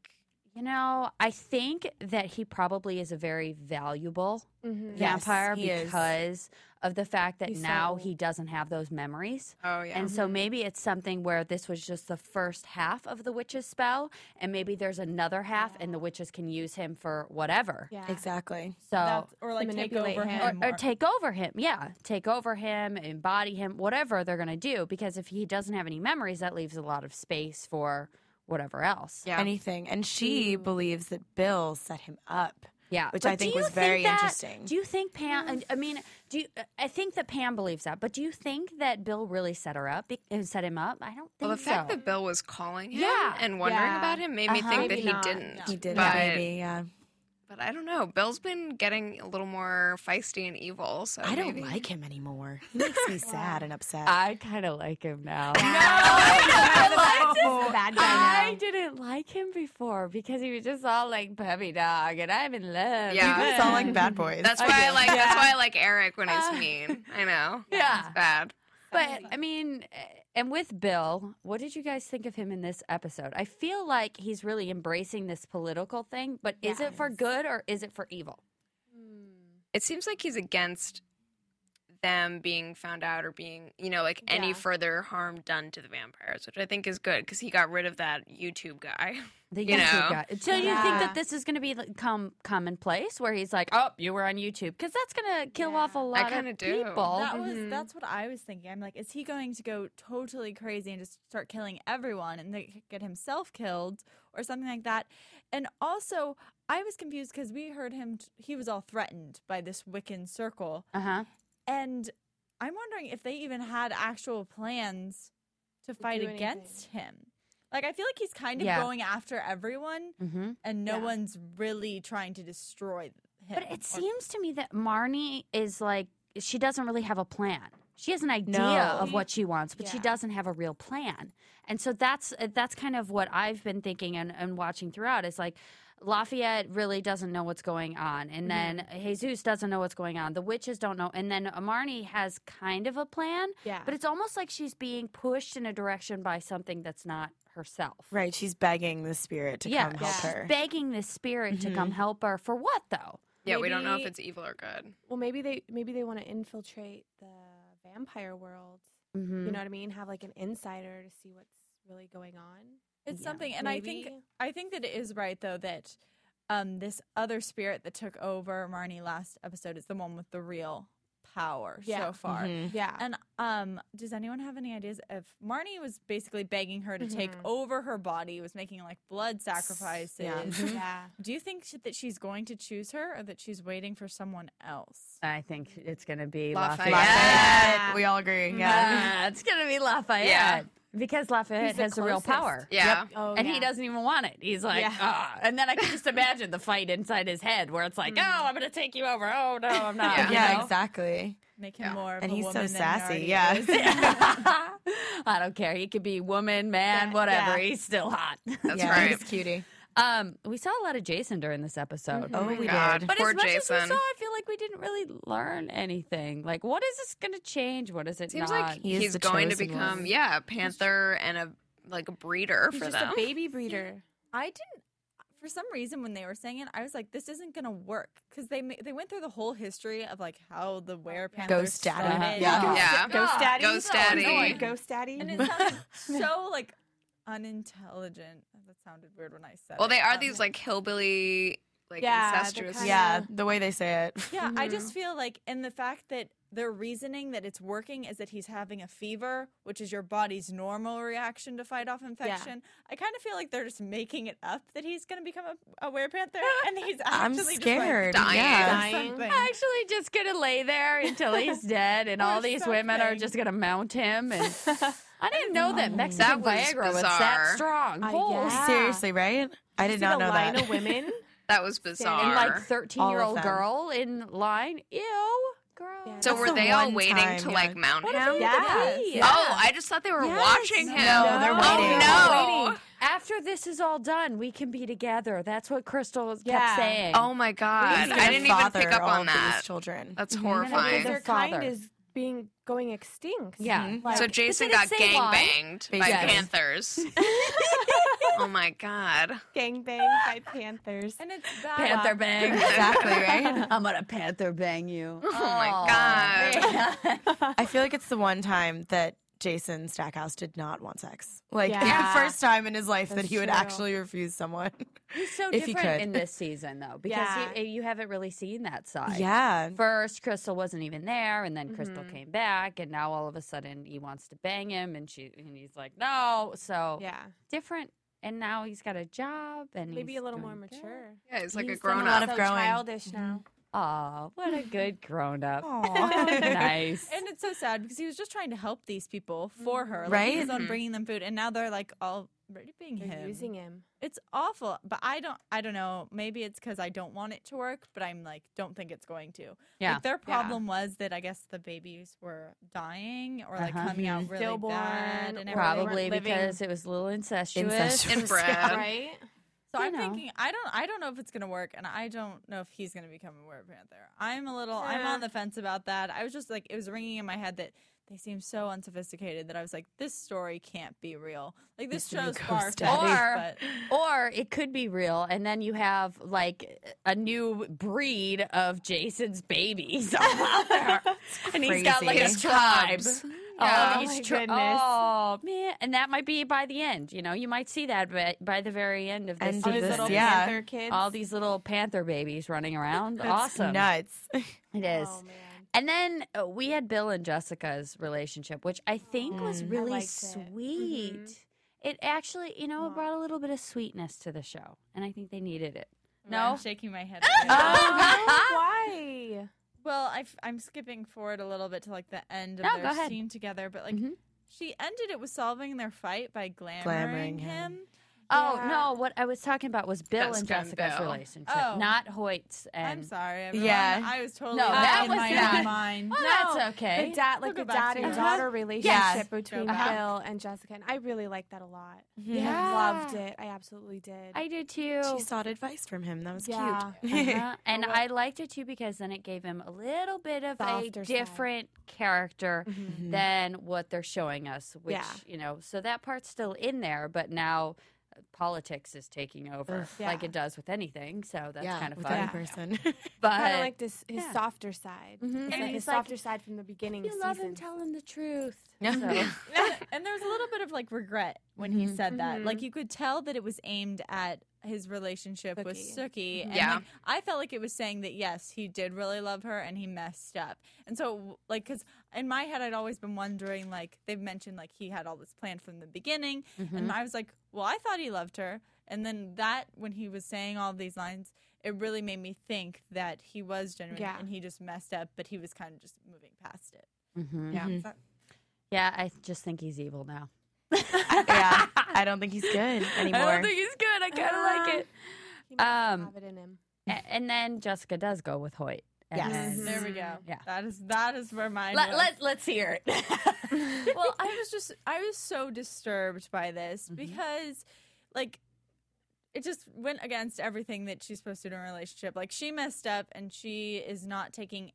Speaker 2: You know, I think that he probably is a very valuable vampire
Speaker 5: Yes, he is.
Speaker 2: because of the fact that
Speaker 6: He's
Speaker 2: now
Speaker 6: so-
Speaker 2: he doesn't have those memories.
Speaker 4: Oh yeah.
Speaker 2: And so maybe it's something where this was just the first half of the witch's spell, and maybe there's another half, and the witches can use him for whatever.
Speaker 6: Yeah.
Speaker 5: Exactly.
Speaker 2: So,
Speaker 3: That's, or like take
Speaker 6: manipulate
Speaker 3: over
Speaker 6: him.
Speaker 3: him,
Speaker 2: or, or take over him. Yeah, take over him, embody him, whatever they're going to do. Because if he doesn't have any memories, that leaves a lot of space for whatever else.
Speaker 4: yeah.
Speaker 5: Anything. And she believes that Bill set him up.
Speaker 2: Yeah,
Speaker 5: Which
Speaker 2: But
Speaker 5: I think
Speaker 2: do you
Speaker 5: was very
Speaker 2: that-
Speaker 5: interesting.
Speaker 2: Do you think Pam? and- I mean, do you, I think that Pam believes that? But do you think that Bill really set her up? and Set him up? I don't think
Speaker 4: Well, the
Speaker 2: so.
Speaker 4: fact that Bill was calling him
Speaker 2: Yeah.
Speaker 4: and wondering
Speaker 6: Yeah.
Speaker 4: about him made me
Speaker 2: Uh-huh.
Speaker 4: think
Speaker 6: Maybe
Speaker 4: that
Speaker 6: not.
Speaker 4: he didn't.
Speaker 5: He did,
Speaker 4: But,
Speaker 5: maybe. Yeah.
Speaker 4: but I don't know. Bill's been getting a little more feisty and evil. So
Speaker 5: I don't
Speaker 4: maybe-
Speaker 5: like him anymore. He makes
Speaker 6: (laughs)
Speaker 5: me sad and upset. (laughs)
Speaker 2: I kind of like him now. (laughs)
Speaker 6: He's the bad guy
Speaker 2: I
Speaker 6: now.
Speaker 2: didn't like him before because he was just all like puppy dog, and I'm in love.
Speaker 4: Yeah.
Speaker 5: It's all like bad boys.
Speaker 4: That's why I, like. That's why I like Eric when he's mean. I know.
Speaker 2: Yeah.
Speaker 4: It's bad.
Speaker 2: But I mean, eh, and with Bill, what did you guys think of him in this episode? I feel like he's really embracing this political thing, but is it for good or is it for evil?
Speaker 4: It seems like he's against them being found out or being, you know, like any
Speaker 6: Yeah.
Speaker 4: further harm done to the vampires, which I think is good because he got rid of that YouTube guy. (laughs)
Speaker 2: The
Speaker 4: You
Speaker 2: YouTube
Speaker 4: know?
Speaker 2: guy. So you think
Speaker 6: Yeah.
Speaker 2: that this is going to be like, com- commonplace, where he's like, "Oh, you were on YouTube," because that's going to kill off a lot
Speaker 4: kinda
Speaker 2: of
Speaker 4: do.
Speaker 2: people.
Speaker 3: That was that's what I was thinking. I'm like, is he going to go totally crazy and just start killing everyone and then get himself killed or something like that? And also, I was confused because we heard him; t- he was all threatened by this Wiccan circle,
Speaker 2: Uh huh.
Speaker 3: and I'm wondering if they even had actual plans to fight
Speaker 6: do anything.
Speaker 3: against him. Like, I feel like he's kind of
Speaker 2: Yeah.
Speaker 3: going after everyone,
Speaker 2: Mm-hmm.
Speaker 3: and no
Speaker 6: Yeah.
Speaker 3: one's really trying to destroy him.
Speaker 2: But
Speaker 3: or-
Speaker 2: it seems to me that Marnie is like she doesn't really have a plan. She has an idea
Speaker 5: No.
Speaker 2: of what she wants, but she
Speaker 6: Yeah.
Speaker 2: doesn't have a real plan. And so that's uh, that's kind of what I've been thinking and, and watching throughout is like Lafayette really doesn't know what's going on. And
Speaker 5: Mm-hmm.
Speaker 2: then Jesus doesn't know what's going on. The witches don't know. And then Marnie has kind of a plan.
Speaker 6: Yeah.
Speaker 2: But it's almost like she's being pushed in a direction by something that's not herself.
Speaker 5: Right. She's begging the spirit to
Speaker 2: yeah.
Speaker 5: come help
Speaker 2: she's
Speaker 5: her. Mm-hmm.
Speaker 2: begging the spirit to come help her. For what though?
Speaker 4: Yeah, we don't know if
Speaker 6: Maybe-
Speaker 4: it's evil or good.
Speaker 6: Well, maybe they maybe they want to infiltrate the vampire world.
Speaker 2: Mm-hmm.
Speaker 6: You know what I mean? Have like an insider to see what's really going on.
Speaker 3: It's
Speaker 2: Yeah.
Speaker 3: something, and I think
Speaker 6: Maybe.
Speaker 3: I think that it is right though that um, this other spirit that took over Marnie last episode is the one with the real power
Speaker 6: Yeah.
Speaker 3: so far.
Speaker 5: Mhm.
Speaker 4: Mm-hmm.
Speaker 6: Yeah.
Speaker 3: And um, does anyone have any ideas if Marnie was basically begging her to take over her body, was making like blood sacrifices?
Speaker 6: Mm-hmm.
Speaker 3: Mm-hmm.
Speaker 5: Mm-hmm.
Speaker 6: yeah.
Speaker 3: Do you think sh- that she's going to choose her, or that she's waiting for someone else?
Speaker 2: I think it's going to be
Speaker 4: Lafayette.
Speaker 5: Lafayette. We all agree. Yeah.
Speaker 2: Ah, it's gonna be Lafayette
Speaker 4: Yeah.
Speaker 2: because Lafayette
Speaker 6: He's the
Speaker 2: has the real
Speaker 6: closest.
Speaker 2: power.
Speaker 4: (laughs) Yeah.
Speaker 6: Oh,
Speaker 2: and he
Speaker 6: yeah.
Speaker 2: doesn't even want it. He's like, ah. And then I can just imagine the fight inside his head where it's like, oh, I'm going to take you over. Oh, no, I'm not.
Speaker 4: Yeah.
Speaker 2: you
Speaker 5: Yeah,
Speaker 2: know?
Speaker 5: exactly.
Speaker 3: Make him more of
Speaker 5: And
Speaker 3: a
Speaker 5: he's
Speaker 3: woman
Speaker 5: so
Speaker 3: than he
Speaker 5: sassy.
Speaker 3: already
Speaker 5: (laughs) Yeah.
Speaker 3: is.
Speaker 2: (laughs) I don't care. He could be woman, man,
Speaker 6: Yeah,
Speaker 2: whatever.
Speaker 6: yeah.
Speaker 2: He's still hot. (laughs)
Speaker 4: That's
Speaker 5: yeah,
Speaker 4: right.
Speaker 5: He's cutie.
Speaker 2: Um, we saw a lot of Jason during this episode.
Speaker 5: Oh, we did.
Speaker 2: But
Speaker 4: poor
Speaker 2: as much
Speaker 4: Jason.
Speaker 2: as we saw, I feel like we didn't really learn anything. Like, what is this going to change? What is it
Speaker 4: Seems
Speaker 2: not?
Speaker 4: like
Speaker 5: He is
Speaker 4: he's
Speaker 5: the
Speaker 4: going to
Speaker 5: chosen
Speaker 4: become
Speaker 5: one.
Speaker 4: yeah, a panther and a like a breeder
Speaker 6: He's
Speaker 4: for
Speaker 6: just
Speaker 4: them.
Speaker 6: a baby breeder.
Speaker 3: I didn't. For some reason, when they were saying it, I was like, "This isn't gonna work," because they ma- they went through the whole history of like how the were panther
Speaker 5: Ghost daddy.
Speaker 3: started.
Speaker 5: Oh, Yeah.
Speaker 3: Ghost-
Speaker 4: Yeah.
Speaker 5: Ghost daddy.
Speaker 4: Ghost
Speaker 5: No, I
Speaker 4: daddy.
Speaker 5: go-
Speaker 6: Ghost daddy.
Speaker 5: (laughs)
Speaker 3: and it sounded so like unintelligent. That sounded weird when I said.
Speaker 4: well,
Speaker 3: it.
Speaker 4: they are
Speaker 3: Um,
Speaker 4: these like hillbilly like
Speaker 6: Yeah, they're
Speaker 4: incestuous.
Speaker 6: kinda-
Speaker 5: Yeah, the way they say it.
Speaker 3: Yeah, I
Speaker 4: Mhm.
Speaker 3: just feel like, and the fact that their reasoning that it's working is that he's having a fever, which is your body's normal reaction to fight off infection. I kind of feel like they're just making it up that he's going to become a, a
Speaker 5: (laughs)
Speaker 3: werepanther, and he's
Speaker 5: (laughs) I'm
Speaker 3: actually
Speaker 5: scared.
Speaker 3: Just, like,
Speaker 4: dying.
Speaker 5: Yeah.
Speaker 6: Dying.
Speaker 3: something.
Speaker 2: actually just going to lay there until he's dead, and all
Speaker 3: Or
Speaker 2: these women are
Speaker 3: something.
Speaker 2: just going to mount him. And I didn't know that Mexican
Speaker 4: was
Speaker 2: Viagra was that
Speaker 4: bizarre.
Speaker 2: strong.
Speaker 6: Uh,
Speaker 2: Holy
Speaker 6: yeah.
Speaker 5: Oh, Seriously, right? I did
Speaker 6: See the
Speaker 5: not know
Speaker 6: line
Speaker 5: that.
Speaker 6: of women.
Speaker 4: That was
Speaker 6: Standing
Speaker 4: bizarre.
Speaker 2: and like
Speaker 5: All
Speaker 2: 13
Speaker 5: of
Speaker 2: year old
Speaker 5: them.
Speaker 2: girl in line. Ew, girl.
Speaker 6: Yeah.
Speaker 4: so
Speaker 5: That's
Speaker 4: were
Speaker 5: the
Speaker 4: they all
Speaker 5: one
Speaker 4: waiting
Speaker 5: time,
Speaker 4: to
Speaker 5: yeah.
Speaker 4: like mount him?
Speaker 6: Yes.
Speaker 4: Oh, I just thought they were
Speaker 6: Yes.
Speaker 4: watching him.
Speaker 5: No, they're waiting.
Speaker 4: Oh no.
Speaker 6: Waiting.
Speaker 2: After this is all done, we can be together. That's what Crystal kept
Speaker 6: Yeah.
Speaker 2: saying.
Speaker 4: Oh my god.
Speaker 5: He's
Speaker 4: I
Speaker 5: gonna
Speaker 4: didn't even
Speaker 5: father
Speaker 4: pick up
Speaker 5: all
Speaker 4: on
Speaker 5: of
Speaker 4: that.
Speaker 5: These children. Mm-hmm.
Speaker 4: That's
Speaker 6: Because
Speaker 4: horrifying.
Speaker 6: their
Speaker 2: Father.
Speaker 6: kind is being going extinct.
Speaker 2: Yeah.
Speaker 6: Like,
Speaker 4: So Jason
Speaker 2: did it
Speaker 4: got
Speaker 2: say
Speaker 4: gang
Speaker 2: why?
Speaker 4: banged by
Speaker 5: Basically. (laughs)
Speaker 4: panthers. oh my god.
Speaker 6: gangbanged by panthers.
Speaker 3: And it's bad.
Speaker 2: Panther bang.
Speaker 5: (laughs)
Speaker 4: (laughs)
Speaker 5: exactly right.
Speaker 2: I'm gonna panther bang you.
Speaker 4: Oh my god.
Speaker 5: I feel like it's the one time that Jason Stackhouse did not want sex. Like
Speaker 6: Yeah.
Speaker 5: the first time in his life that
Speaker 6: That's
Speaker 5: he would
Speaker 6: true.
Speaker 5: actually refuse
Speaker 2: (laughs)
Speaker 5: someone.
Speaker 2: He's so
Speaker 5: If he
Speaker 2: different
Speaker 5: could.
Speaker 2: in this season though, because eh,
Speaker 6: Yeah.
Speaker 2: you, you haven't really seen that side.
Speaker 5: yeah.
Speaker 2: First, Crystal wasn't even there, and then Crystal
Speaker 6: Mm-hmm.
Speaker 2: came back, and now all of a sudden he wants to bang him, and she and he's like, no. So
Speaker 6: Yeah.
Speaker 2: different, and now he's got a job, and
Speaker 6: Maybe
Speaker 2: he's
Speaker 6: a little more
Speaker 2: doing good.
Speaker 6: mature.
Speaker 4: Yeah, he's like a
Speaker 6: He's
Speaker 4: grown
Speaker 6: not
Speaker 5: lot
Speaker 4: up.
Speaker 6: so
Speaker 5: of growing.
Speaker 6: childish now.
Speaker 2: Aw, what a
Speaker 5: (laughs)
Speaker 2: good grown up.
Speaker 5: Mm-hmm.
Speaker 6: (laughs)
Speaker 5: Aw.
Speaker 2: (laughs) nice.
Speaker 3: And it's so sad because he was just trying to help these people
Speaker 6: Mm-hmm.
Speaker 3: for her, like, He was
Speaker 5: Right?
Speaker 3: on bringing them food, and now they're like all raping
Speaker 6: They're
Speaker 3: him.
Speaker 6: using him.
Speaker 2: (laughs)
Speaker 3: It's awful, but I don't. I don't know. Maybe it's because I don't want it to work, but I'm like, don't think it's going to.
Speaker 2: Yeah.
Speaker 3: Like their problem was that I guess the babies were dying or like
Speaker 2: Uh-huh.
Speaker 3: coming out really
Speaker 6: Mm-hmm. Stillborn
Speaker 3: bad, and
Speaker 6: or-
Speaker 3: everything.
Speaker 2: Probably
Speaker 6: living-
Speaker 2: because it was a little incestuous.
Speaker 5: (laughs) Incestuous.
Speaker 4: Inbred.
Speaker 6: Right?
Speaker 3: So
Speaker 2: you
Speaker 3: I'm
Speaker 2: know.
Speaker 3: thinking, I don't, I don't know if it's gonna work, and I don't know if he's gonna become a werepanther. I'm a little, I'm
Speaker 6: Yeah.
Speaker 3: on the fence about that. I was just like, it was ringing in my head that they seem so unsophisticated that I was like, this story can't be real. Like this
Speaker 5: Mr.
Speaker 3: show's
Speaker 5: Ghost
Speaker 3: far
Speaker 2: Daddy.
Speaker 3: (laughs) fetched, but
Speaker 2: Or it could be real, and then you have like a new breed of Jason's babies (laughs) all out there, and he's got like a
Speaker 5: crazy.
Speaker 2: tribe.
Speaker 6: Yeah.
Speaker 2: All
Speaker 6: Oh my
Speaker 2: these tri-
Speaker 6: goodness.
Speaker 2: oh man, and that might be by the end. You know, you might see that by, by the very end of this.
Speaker 5: End
Speaker 6: All
Speaker 5: of
Speaker 6: these
Speaker 5: this,
Speaker 6: little
Speaker 5: yeah.
Speaker 6: panther kids.
Speaker 2: all these little panther babies running around.
Speaker 5: That's
Speaker 2: awesome,
Speaker 5: Nuts.
Speaker 2: it is.
Speaker 6: Oh, man.
Speaker 2: And then uh, we had Bill and Jessica's relationship, which I think was
Speaker 5: Mm. I
Speaker 2: really
Speaker 6: liked it. Mm-hmm.
Speaker 2: sweet. It. actually, you know, it brought a little bit of sweetness to the show, and I think they needed it. No? Uh. Oh,
Speaker 3: I'm shaking
Speaker 2: (laughs)
Speaker 3: my head.
Speaker 6: Oh,
Speaker 5: Ah!
Speaker 6: Why?
Speaker 3: Well, I am skipping forward a little bit to like the end of
Speaker 2: No, go
Speaker 3: their
Speaker 2: ahead.
Speaker 3: scene together, but like
Speaker 2: Mhm.
Speaker 3: she ended it with solving their fight by glamoring,
Speaker 5: Glamoring
Speaker 3: him.
Speaker 5: him.
Speaker 2: Oh
Speaker 6: Yeah.
Speaker 2: no! What I was talking about was Bill
Speaker 4: That's
Speaker 2: and
Speaker 4: Gun
Speaker 2: Jessica's
Speaker 4: Bill.
Speaker 2: relationship,
Speaker 3: Oh.
Speaker 2: not Hoyt's. And
Speaker 3: I'm sorry, everyone.
Speaker 5: Yeah.
Speaker 3: I was totally
Speaker 2: No,
Speaker 3: back
Speaker 2: that
Speaker 3: in
Speaker 2: was
Speaker 3: my
Speaker 2: not-
Speaker 3: own
Speaker 2: (laughs)
Speaker 3: mind.
Speaker 2: Well,
Speaker 6: No,
Speaker 2: Oh, that's okay. Uh-huh.
Speaker 6: The dad,
Speaker 3: We'll
Speaker 6: like
Speaker 3: go
Speaker 6: the
Speaker 3: back
Speaker 6: dad
Speaker 3: to
Speaker 6: and
Speaker 3: that.
Speaker 6: daughter relationship between
Speaker 3: Uh-huh.
Speaker 6: Bill and Jessica, and I really liked that a lot.
Speaker 5: Mm-hmm.
Speaker 2: Yeah.
Speaker 6: I loved it. I absolutely did.
Speaker 2: I did too.
Speaker 5: She sought advice from him. That was
Speaker 6: Yeah.
Speaker 2: (laughs)
Speaker 6: (laughs)
Speaker 5: cute.
Speaker 2: Uh-huh. And I liked it too because then it gave him a little bit of
Speaker 6: Softer side.
Speaker 2: a different character than what they're showing us, which,
Speaker 6: Yeah.
Speaker 2: you know, so that part's still in there, but now uh, politics is taking over like
Speaker 6: Yeah.
Speaker 2: it does with anything. So that's kind of
Speaker 5: with
Speaker 2: fun.
Speaker 6: (laughs)
Speaker 5: any person. Mm-hmm.
Speaker 2: But
Speaker 6: kind of like this his
Speaker 2: yeah.
Speaker 6: softer side, It's
Speaker 2: Mhm. And
Speaker 6: like his
Speaker 2: he's like,
Speaker 6: softer side from the beginning.
Speaker 2: you
Speaker 6: of
Speaker 2: love him,
Speaker 6: seasons.
Speaker 2: tell him the truth. (laughs)
Speaker 5: Yeah.
Speaker 3: (laughs)
Speaker 5: (laughs)
Speaker 2: So- (laughs)
Speaker 3: and, and there was a little bit of like regret when he said that.
Speaker 6: Mhm.
Speaker 3: Like you could tell that it was aimed at his relationship with Sookie. And
Speaker 4: Yeah.
Speaker 3: like, I felt like it was saying that yes, he did really love her and he messed up. And so like cuz in my head I'd always been wondering like they've mentioned like he had all this planned from the beginning
Speaker 2: Mm-hmm,
Speaker 3: and I was like, "Well, I thought he loved her." And then that when he was saying all these lines, it really made me think that he was genuine
Speaker 6: Yeah.
Speaker 3: and he just messed up, but he was kind of just moving past it.
Speaker 2: Mhm.
Speaker 3: Yeah.
Speaker 6: Mm-hmm.
Speaker 2: Yeah, I just think he's evil now.
Speaker 5: (laughs) yeah. I don't think he's good anymore.
Speaker 2: (laughs) I don't think he's good. I kind of like it.
Speaker 6: He must
Speaker 2: Um,
Speaker 6: have it in him.
Speaker 2: A- and then Jessica does go with Hoyt. And
Speaker 5: Yes.
Speaker 2: then-
Speaker 3: There we go.
Speaker 2: Yeah.
Speaker 3: Mm-hmm. That is that is where mine.
Speaker 2: Let,
Speaker 3: was.
Speaker 2: let, let's hear (laughs) it.
Speaker 3: well, (laughs) I was just I was so disturbed by this because like it just went against everything that she's supposed to do in a relationship. Like she messed up and she is not taking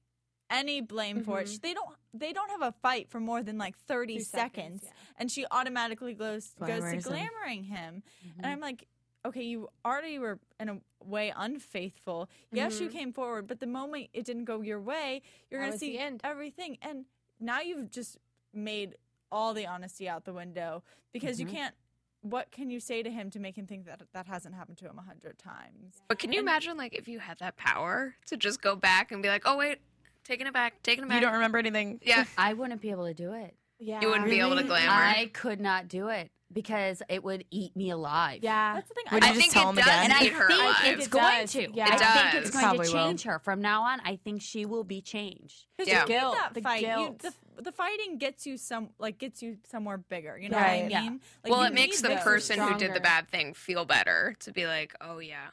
Speaker 3: any blame for it.
Speaker 6: Mm-hmm.
Speaker 3: She, they don't they don't have a fight for more than like 30
Speaker 6: Two
Speaker 3: seconds,
Speaker 6: seconds, yeah.
Speaker 3: and she automatically goes goes
Speaker 5: Glamorize
Speaker 3: to
Speaker 5: him.
Speaker 3: glamoring him.
Speaker 6: Mm-hmm.
Speaker 3: And I'm like, okay, you already were in a way unfaithful. Yes, you came forward, but the moment it didn't go your way, you're
Speaker 6: Mm-hmm. That
Speaker 3: going to
Speaker 6: was the
Speaker 3: see
Speaker 6: end.
Speaker 3: everything and now you've just made all the honesty out the window because
Speaker 6: Mm-hmm.
Speaker 3: you can't what can you say to him to make him think that that hasn't happened to him a hundred times?
Speaker 4: But can you imagine, like, if you had that power to just go back and be like, oh, wait, taking it back, taking it back?
Speaker 5: You don't remember anything.
Speaker 4: Yeah.
Speaker 2: I wouldn't be able to do it.
Speaker 6: Yeah.
Speaker 4: You wouldn't be able to glamour.
Speaker 2: I could not do it because it would eat me alive.
Speaker 6: Yeah.
Speaker 3: That's the thing.
Speaker 5: Would
Speaker 3: I
Speaker 5: you
Speaker 3: don't-
Speaker 5: just
Speaker 4: think it
Speaker 5: tell him
Speaker 4: does.
Speaker 5: again?
Speaker 2: And I
Speaker 4: Eat her
Speaker 2: think
Speaker 4: alive.
Speaker 2: it's
Speaker 6: It
Speaker 2: going
Speaker 6: does.
Speaker 2: to.
Speaker 6: Yeah.
Speaker 2: I
Speaker 6: It
Speaker 4: does.
Speaker 2: think it's
Speaker 4: It
Speaker 2: going
Speaker 5: probably
Speaker 2: to
Speaker 5: will.
Speaker 2: change her from now on. I think she will be changed.
Speaker 4: Yeah.
Speaker 3: you
Speaker 6: Guilt,
Speaker 3: get that
Speaker 6: the
Speaker 3: fight. You,
Speaker 6: guilt.
Speaker 3: the, the fighting gets you some like gets you somewhere bigger. You know
Speaker 5: Right.
Speaker 3: what I mean? Like,
Speaker 4: well,
Speaker 3: you
Speaker 4: it makes
Speaker 3: need
Speaker 4: the
Speaker 3: those.
Speaker 4: person who did the
Speaker 6: stronger.
Speaker 4: bad thing feel better to be like, oh, yeah,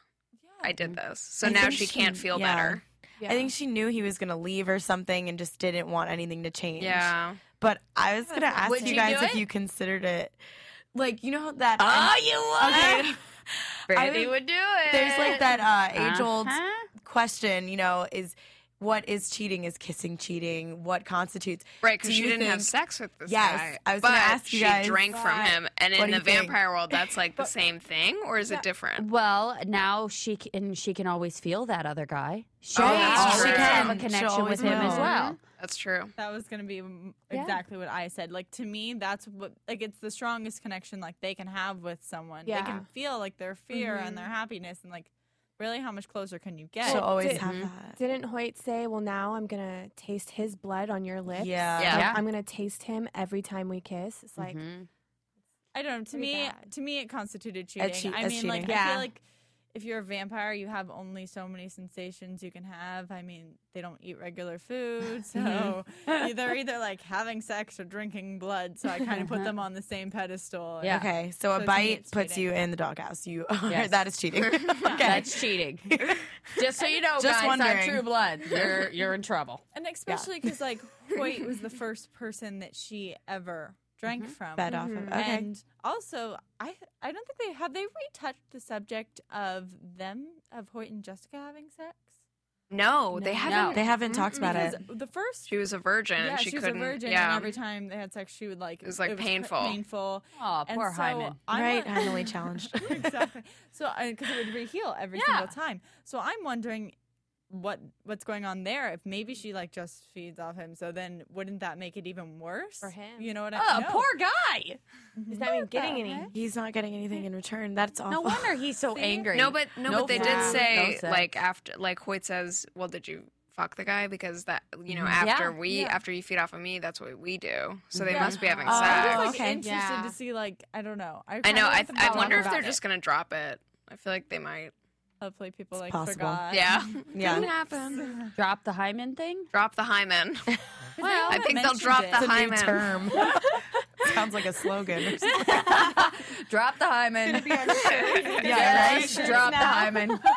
Speaker 4: I did this. So
Speaker 5: I
Speaker 4: now
Speaker 5: think
Speaker 4: she,
Speaker 5: she-
Speaker 4: can't feel
Speaker 5: yeah.
Speaker 4: better.
Speaker 6: Yeah.
Speaker 5: I think she knew he was going to leave or something and just didn't want anything to change.
Speaker 4: Yeah.
Speaker 5: But I was going to ask
Speaker 4: Would
Speaker 5: you
Speaker 4: you
Speaker 5: guys
Speaker 4: do it?
Speaker 5: if
Speaker 4: Ah,
Speaker 5: you considered it. Like, you know how that.
Speaker 4: you (laughs)
Speaker 5: okay.
Speaker 4: Brandy
Speaker 5: would-
Speaker 4: would do it.
Speaker 5: There's like that uh, age old
Speaker 2: Uh-huh.
Speaker 5: question, you know, is what is cheating? Is kissing cheating? What constitutes?
Speaker 4: Right, because
Speaker 5: Do
Speaker 4: she
Speaker 5: you
Speaker 4: didn't have
Speaker 5: think-
Speaker 4: sex with this
Speaker 5: Yes,
Speaker 4: guy.
Speaker 5: I was
Speaker 4: but
Speaker 5: gonna ask you
Speaker 4: she
Speaker 5: guys.
Speaker 4: drank from him, and
Speaker 5: What
Speaker 4: in
Speaker 5: do
Speaker 4: the
Speaker 5: you think?
Speaker 4: vampire world, that's like the same thing, or is it different?
Speaker 2: Well, now she can she can always feel that other guy. She,
Speaker 4: Oh,
Speaker 2: can
Speaker 4: that's
Speaker 2: always
Speaker 4: true.
Speaker 2: have a
Speaker 5: She'll
Speaker 2: connection
Speaker 5: always
Speaker 2: with him as
Speaker 5: know.
Speaker 2: well.
Speaker 4: That's true.
Speaker 3: That was going to be mm,
Speaker 2: Yeah.
Speaker 3: exactly what I said. Like to me, that's what like it's the strongest connection like they can have with someone. They
Speaker 6: Yeah.
Speaker 3: can feel like their fear and their happiness and like really how much closer can you get?
Speaker 5: She'll always
Speaker 6: did-
Speaker 5: have
Speaker 4: Mm-hmm.
Speaker 5: that.
Speaker 6: Didn't Hoyt say, "Well, now I'm gonna taste his blood on your lips"?
Speaker 5: Yeah.
Speaker 4: Yeah. Mm-hmm.
Speaker 6: I'm gonna taste him every time we kiss. It's like,
Speaker 3: I don't know. To
Speaker 6: Pretty
Speaker 3: me,
Speaker 6: bad.
Speaker 3: to me, it constituted cheating.
Speaker 5: cheat-
Speaker 3: I
Speaker 5: as
Speaker 3: mean, like I
Speaker 5: cheating.
Speaker 6: Yeah.
Speaker 3: feel like if you're a vampire, you have only so many sensations you can have. I mean, they don't eat regular
Speaker 5: (laughs)
Speaker 3: food, so e, they're either like having sex or drinking blood. So I kind of put
Speaker 5: (laughs)
Speaker 3: them on the same pedestal.
Speaker 2: Yeah.
Speaker 5: Okay, so
Speaker 3: So
Speaker 5: a
Speaker 3: to me,
Speaker 5: bite
Speaker 3: it's
Speaker 5: puts
Speaker 3: cheating.
Speaker 5: you in the doghouse. You
Speaker 2: Yes.
Speaker 5: (laughs) that
Speaker 4: (laughs)
Speaker 5: is cheating. okay.
Speaker 2: That's cheating. Just so you know,
Speaker 5: Just
Speaker 2: guys, on
Speaker 5: wondering.
Speaker 2: True Blood, you're you're in trouble.
Speaker 3: and especially because
Speaker 5: (laughs)
Speaker 3: like Hoyt was the first person that she ever drank from.
Speaker 5: Mm-hmm. Fed off
Speaker 4: Mm-hmm.
Speaker 5: of. Okay.
Speaker 3: And also, I I don't think they have they retouched the subject of them of Hoyt and Jessica having sex.
Speaker 4: No, they
Speaker 2: No.
Speaker 4: haven't.
Speaker 5: they haven't talked about
Speaker 3: Because
Speaker 5: it.
Speaker 3: the first
Speaker 4: She was a virgin.
Speaker 3: yeah,
Speaker 4: she,
Speaker 3: she, was
Speaker 4: couldn't.
Speaker 3: a virgin,
Speaker 4: yeah,
Speaker 3: and every time they had sex, she would like it
Speaker 4: was, like,
Speaker 3: cr-
Speaker 4: painful.
Speaker 3: painful.
Speaker 2: Aw,
Speaker 3: And
Speaker 2: poor
Speaker 3: so
Speaker 2: Hyman.
Speaker 3: I'm
Speaker 5: right,
Speaker 3: wa-
Speaker 6: (laughs)
Speaker 5: highly challenged.
Speaker 3: (laughs) exactly. So because it would reheal every single time. So I'm wondering what what's going on there. If maybe she like just feeds off him, so then wouldn't that make it even worse
Speaker 6: For him.
Speaker 3: You know what I
Speaker 2: Oh,
Speaker 3: mean?
Speaker 2: poor guy.
Speaker 6: he's not even getting any.
Speaker 5: He's not getting anything in return. That's awful.
Speaker 2: No wonder he's so angry.
Speaker 4: No, but no,
Speaker 2: No
Speaker 4: but they did
Speaker 2: food, no
Speaker 4: say
Speaker 2: sex.
Speaker 4: like after like Hoyt says, "Well, did you fuck the guy?" Because that you know after
Speaker 2: Yeah,
Speaker 4: we
Speaker 3: yeah.
Speaker 4: after you feed off of me, that's what we do. So they
Speaker 3: Yeah.
Speaker 4: must be having
Speaker 5: Oh,
Speaker 3: I was
Speaker 4: sex.
Speaker 3: like
Speaker 5: okay.
Speaker 3: interested
Speaker 6: Yeah.
Speaker 3: to see like I don't know. I,
Speaker 4: I
Speaker 3: kinda
Speaker 4: know. I,
Speaker 3: want them to
Speaker 4: I
Speaker 3: talk
Speaker 4: wonder if
Speaker 3: about
Speaker 4: they're
Speaker 3: it.
Speaker 4: just gonna drop it. I feel like they might.
Speaker 3: hopefully people like
Speaker 5: possible.
Speaker 3: forgot.
Speaker 4: Yeah, (laughs)
Speaker 5: Yeah.
Speaker 4: Didn't happen.
Speaker 2: drop the Hyman thing.
Speaker 4: Drop the hymen.
Speaker 3: Well,
Speaker 4: I think they'll drop the
Speaker 3: It's
Speaker 5: It's a new
Speaker 3: (laughs)
Speaker 4: hymen.
Speaker 5: term. Sounds like a slogan.
Speaker 2: (laughs)
Speaker 5: Or something.
Speaker 2: Drop the Hyman.
Speaker 5: Yeah,
Speaker 2: Yes,
Speaker 5: right?
Speaker 2: drop the Hyman.
Speaker 3: (laughs)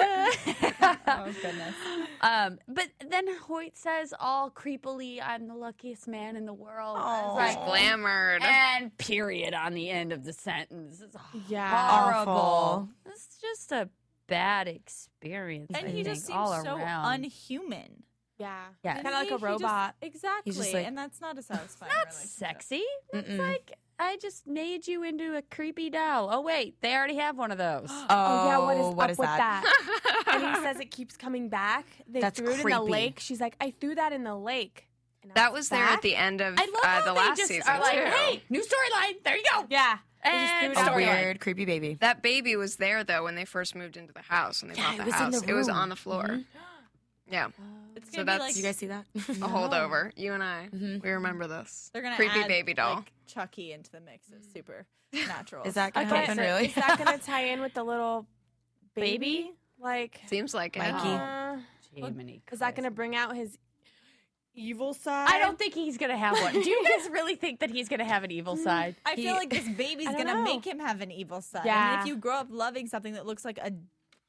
Speaker 3: Oh goodness.
Speaker 2: Um, but then Hoyt says all creepily, "I'm the luckiest man in the world." I was like,
Speaker 4: Glamored. (laughs)
Speaker 2: and period on the end of the sentence. It's
Speaker 6: Yeah.
Speaker 2: horrible.
Speaker 5: Awful.
Speaker 2: It's just a bad experience.
Speaker 3: And
Speaker 2: I
Speaker 3: he
Speaker 2: think,
Speaker 3: just seems
Speaker 2: all
Speaker 3: so
Speaker 2: around.
Speaker 3: unhuman.
Speaker 6: Yeah.
Speaker 2: Yeah.
Speaker 6: Kinda
Speaker 2: Kinda
Speaker 3: He- he just- exactly.
Speaker 5: like-
Speaker 3: and that's not a satisfying
Speaker 2: Not
Speaker 3: relationship.
Speaker 2: sexy. It's like I just made you into a creepy doll. Oh wait, they already have one of those.
Speaker 5: Oh,
Speaker 6: Oh yeah, what is
Speaker 5: what
Speaker 6: up
Speaker 5: is
Speaker 6: with
Speaker 5: that?
Speaker 6: that? and he says it keeps coming back. They
Speaker 5: That's
Speaker 6: threw it in
Speaker 5: creepy.
Speaker 6: the lake. She's like, I threw that in the lake. And I
Speaker 4: That was there at
Speaker 6: back.
Speaker 4: the end of
Speaker 2: I love
Speaker 4: uh,
Speaker 2: how
Speaker 4: the
Speaker 2: they
Speaker 4: last
Speaker 2: just
Speaker 4: season
Speaker 2: are like,
Speaker 4: too.
Speaker 2: "Hey, new storyline. There you go."
Speaker 6: Yeah. They just threw
Speaker 2: And
Speaker 6: it
Speaker 5: A
Speaker 6: out.
Speaker 2: story.
Speaker 5: weird, creepy baby.
Speaker 4: That baby was there though when they first moved into the house when they bought the house. it was on the floor. Yeah,
Speaker 3: It's gonna
Speaker 4: so that's
Speaker 3: be like
Speaker 5: Did you guys
Speaker 2: (laughs)
Speaker 5: see that?
Speaker 4: a holdover. You and I, we remember this.
Speaker 3: they're gonna
Speaker 4: creepy
Speaker 3: add,
Speaker 4: baby doll.
Speaker 3: like, Chucky into the mix of supernatural.
Speaker 5: Is that gonna
Speaker 6: Okay,
Speaker 5: happen?
Speaker 6: so
Speaker 5: Really?
Speaker 6: Is that
Speaker 2: (laughs)
Speaker 5: (laughs)
Speaker 6: going to tie in with the little baby?
Speaker 2: Baby?
Speaker 6: Like,
Speaker 4: Seems like it.
Speaker 5: Mikey.
Speaker 2: Oh.
Speaker 6: uh,
Speaker 2: Jiminy
Speaker 6: is that
Speaker 2: Christ.
Speaker 6: going to bring out his evil side?
Speaker 2: I don't think he's gonna have
Speaker 3: (laughs)
Speaker 2: one. Do you guys really think that he's gonna have an evil side?
Speaker 3: Mm, I feel
Speaker 2: (laughs)
Speaker 3: like this baby's
Speaker 6: I
Speaker 3: gonna
Speaker 6: don't know.
Speaker 3: make him have an evil side. I mean,
Speaker 6: Yeah.
Speaker 3: if you grow up loving something that looks like a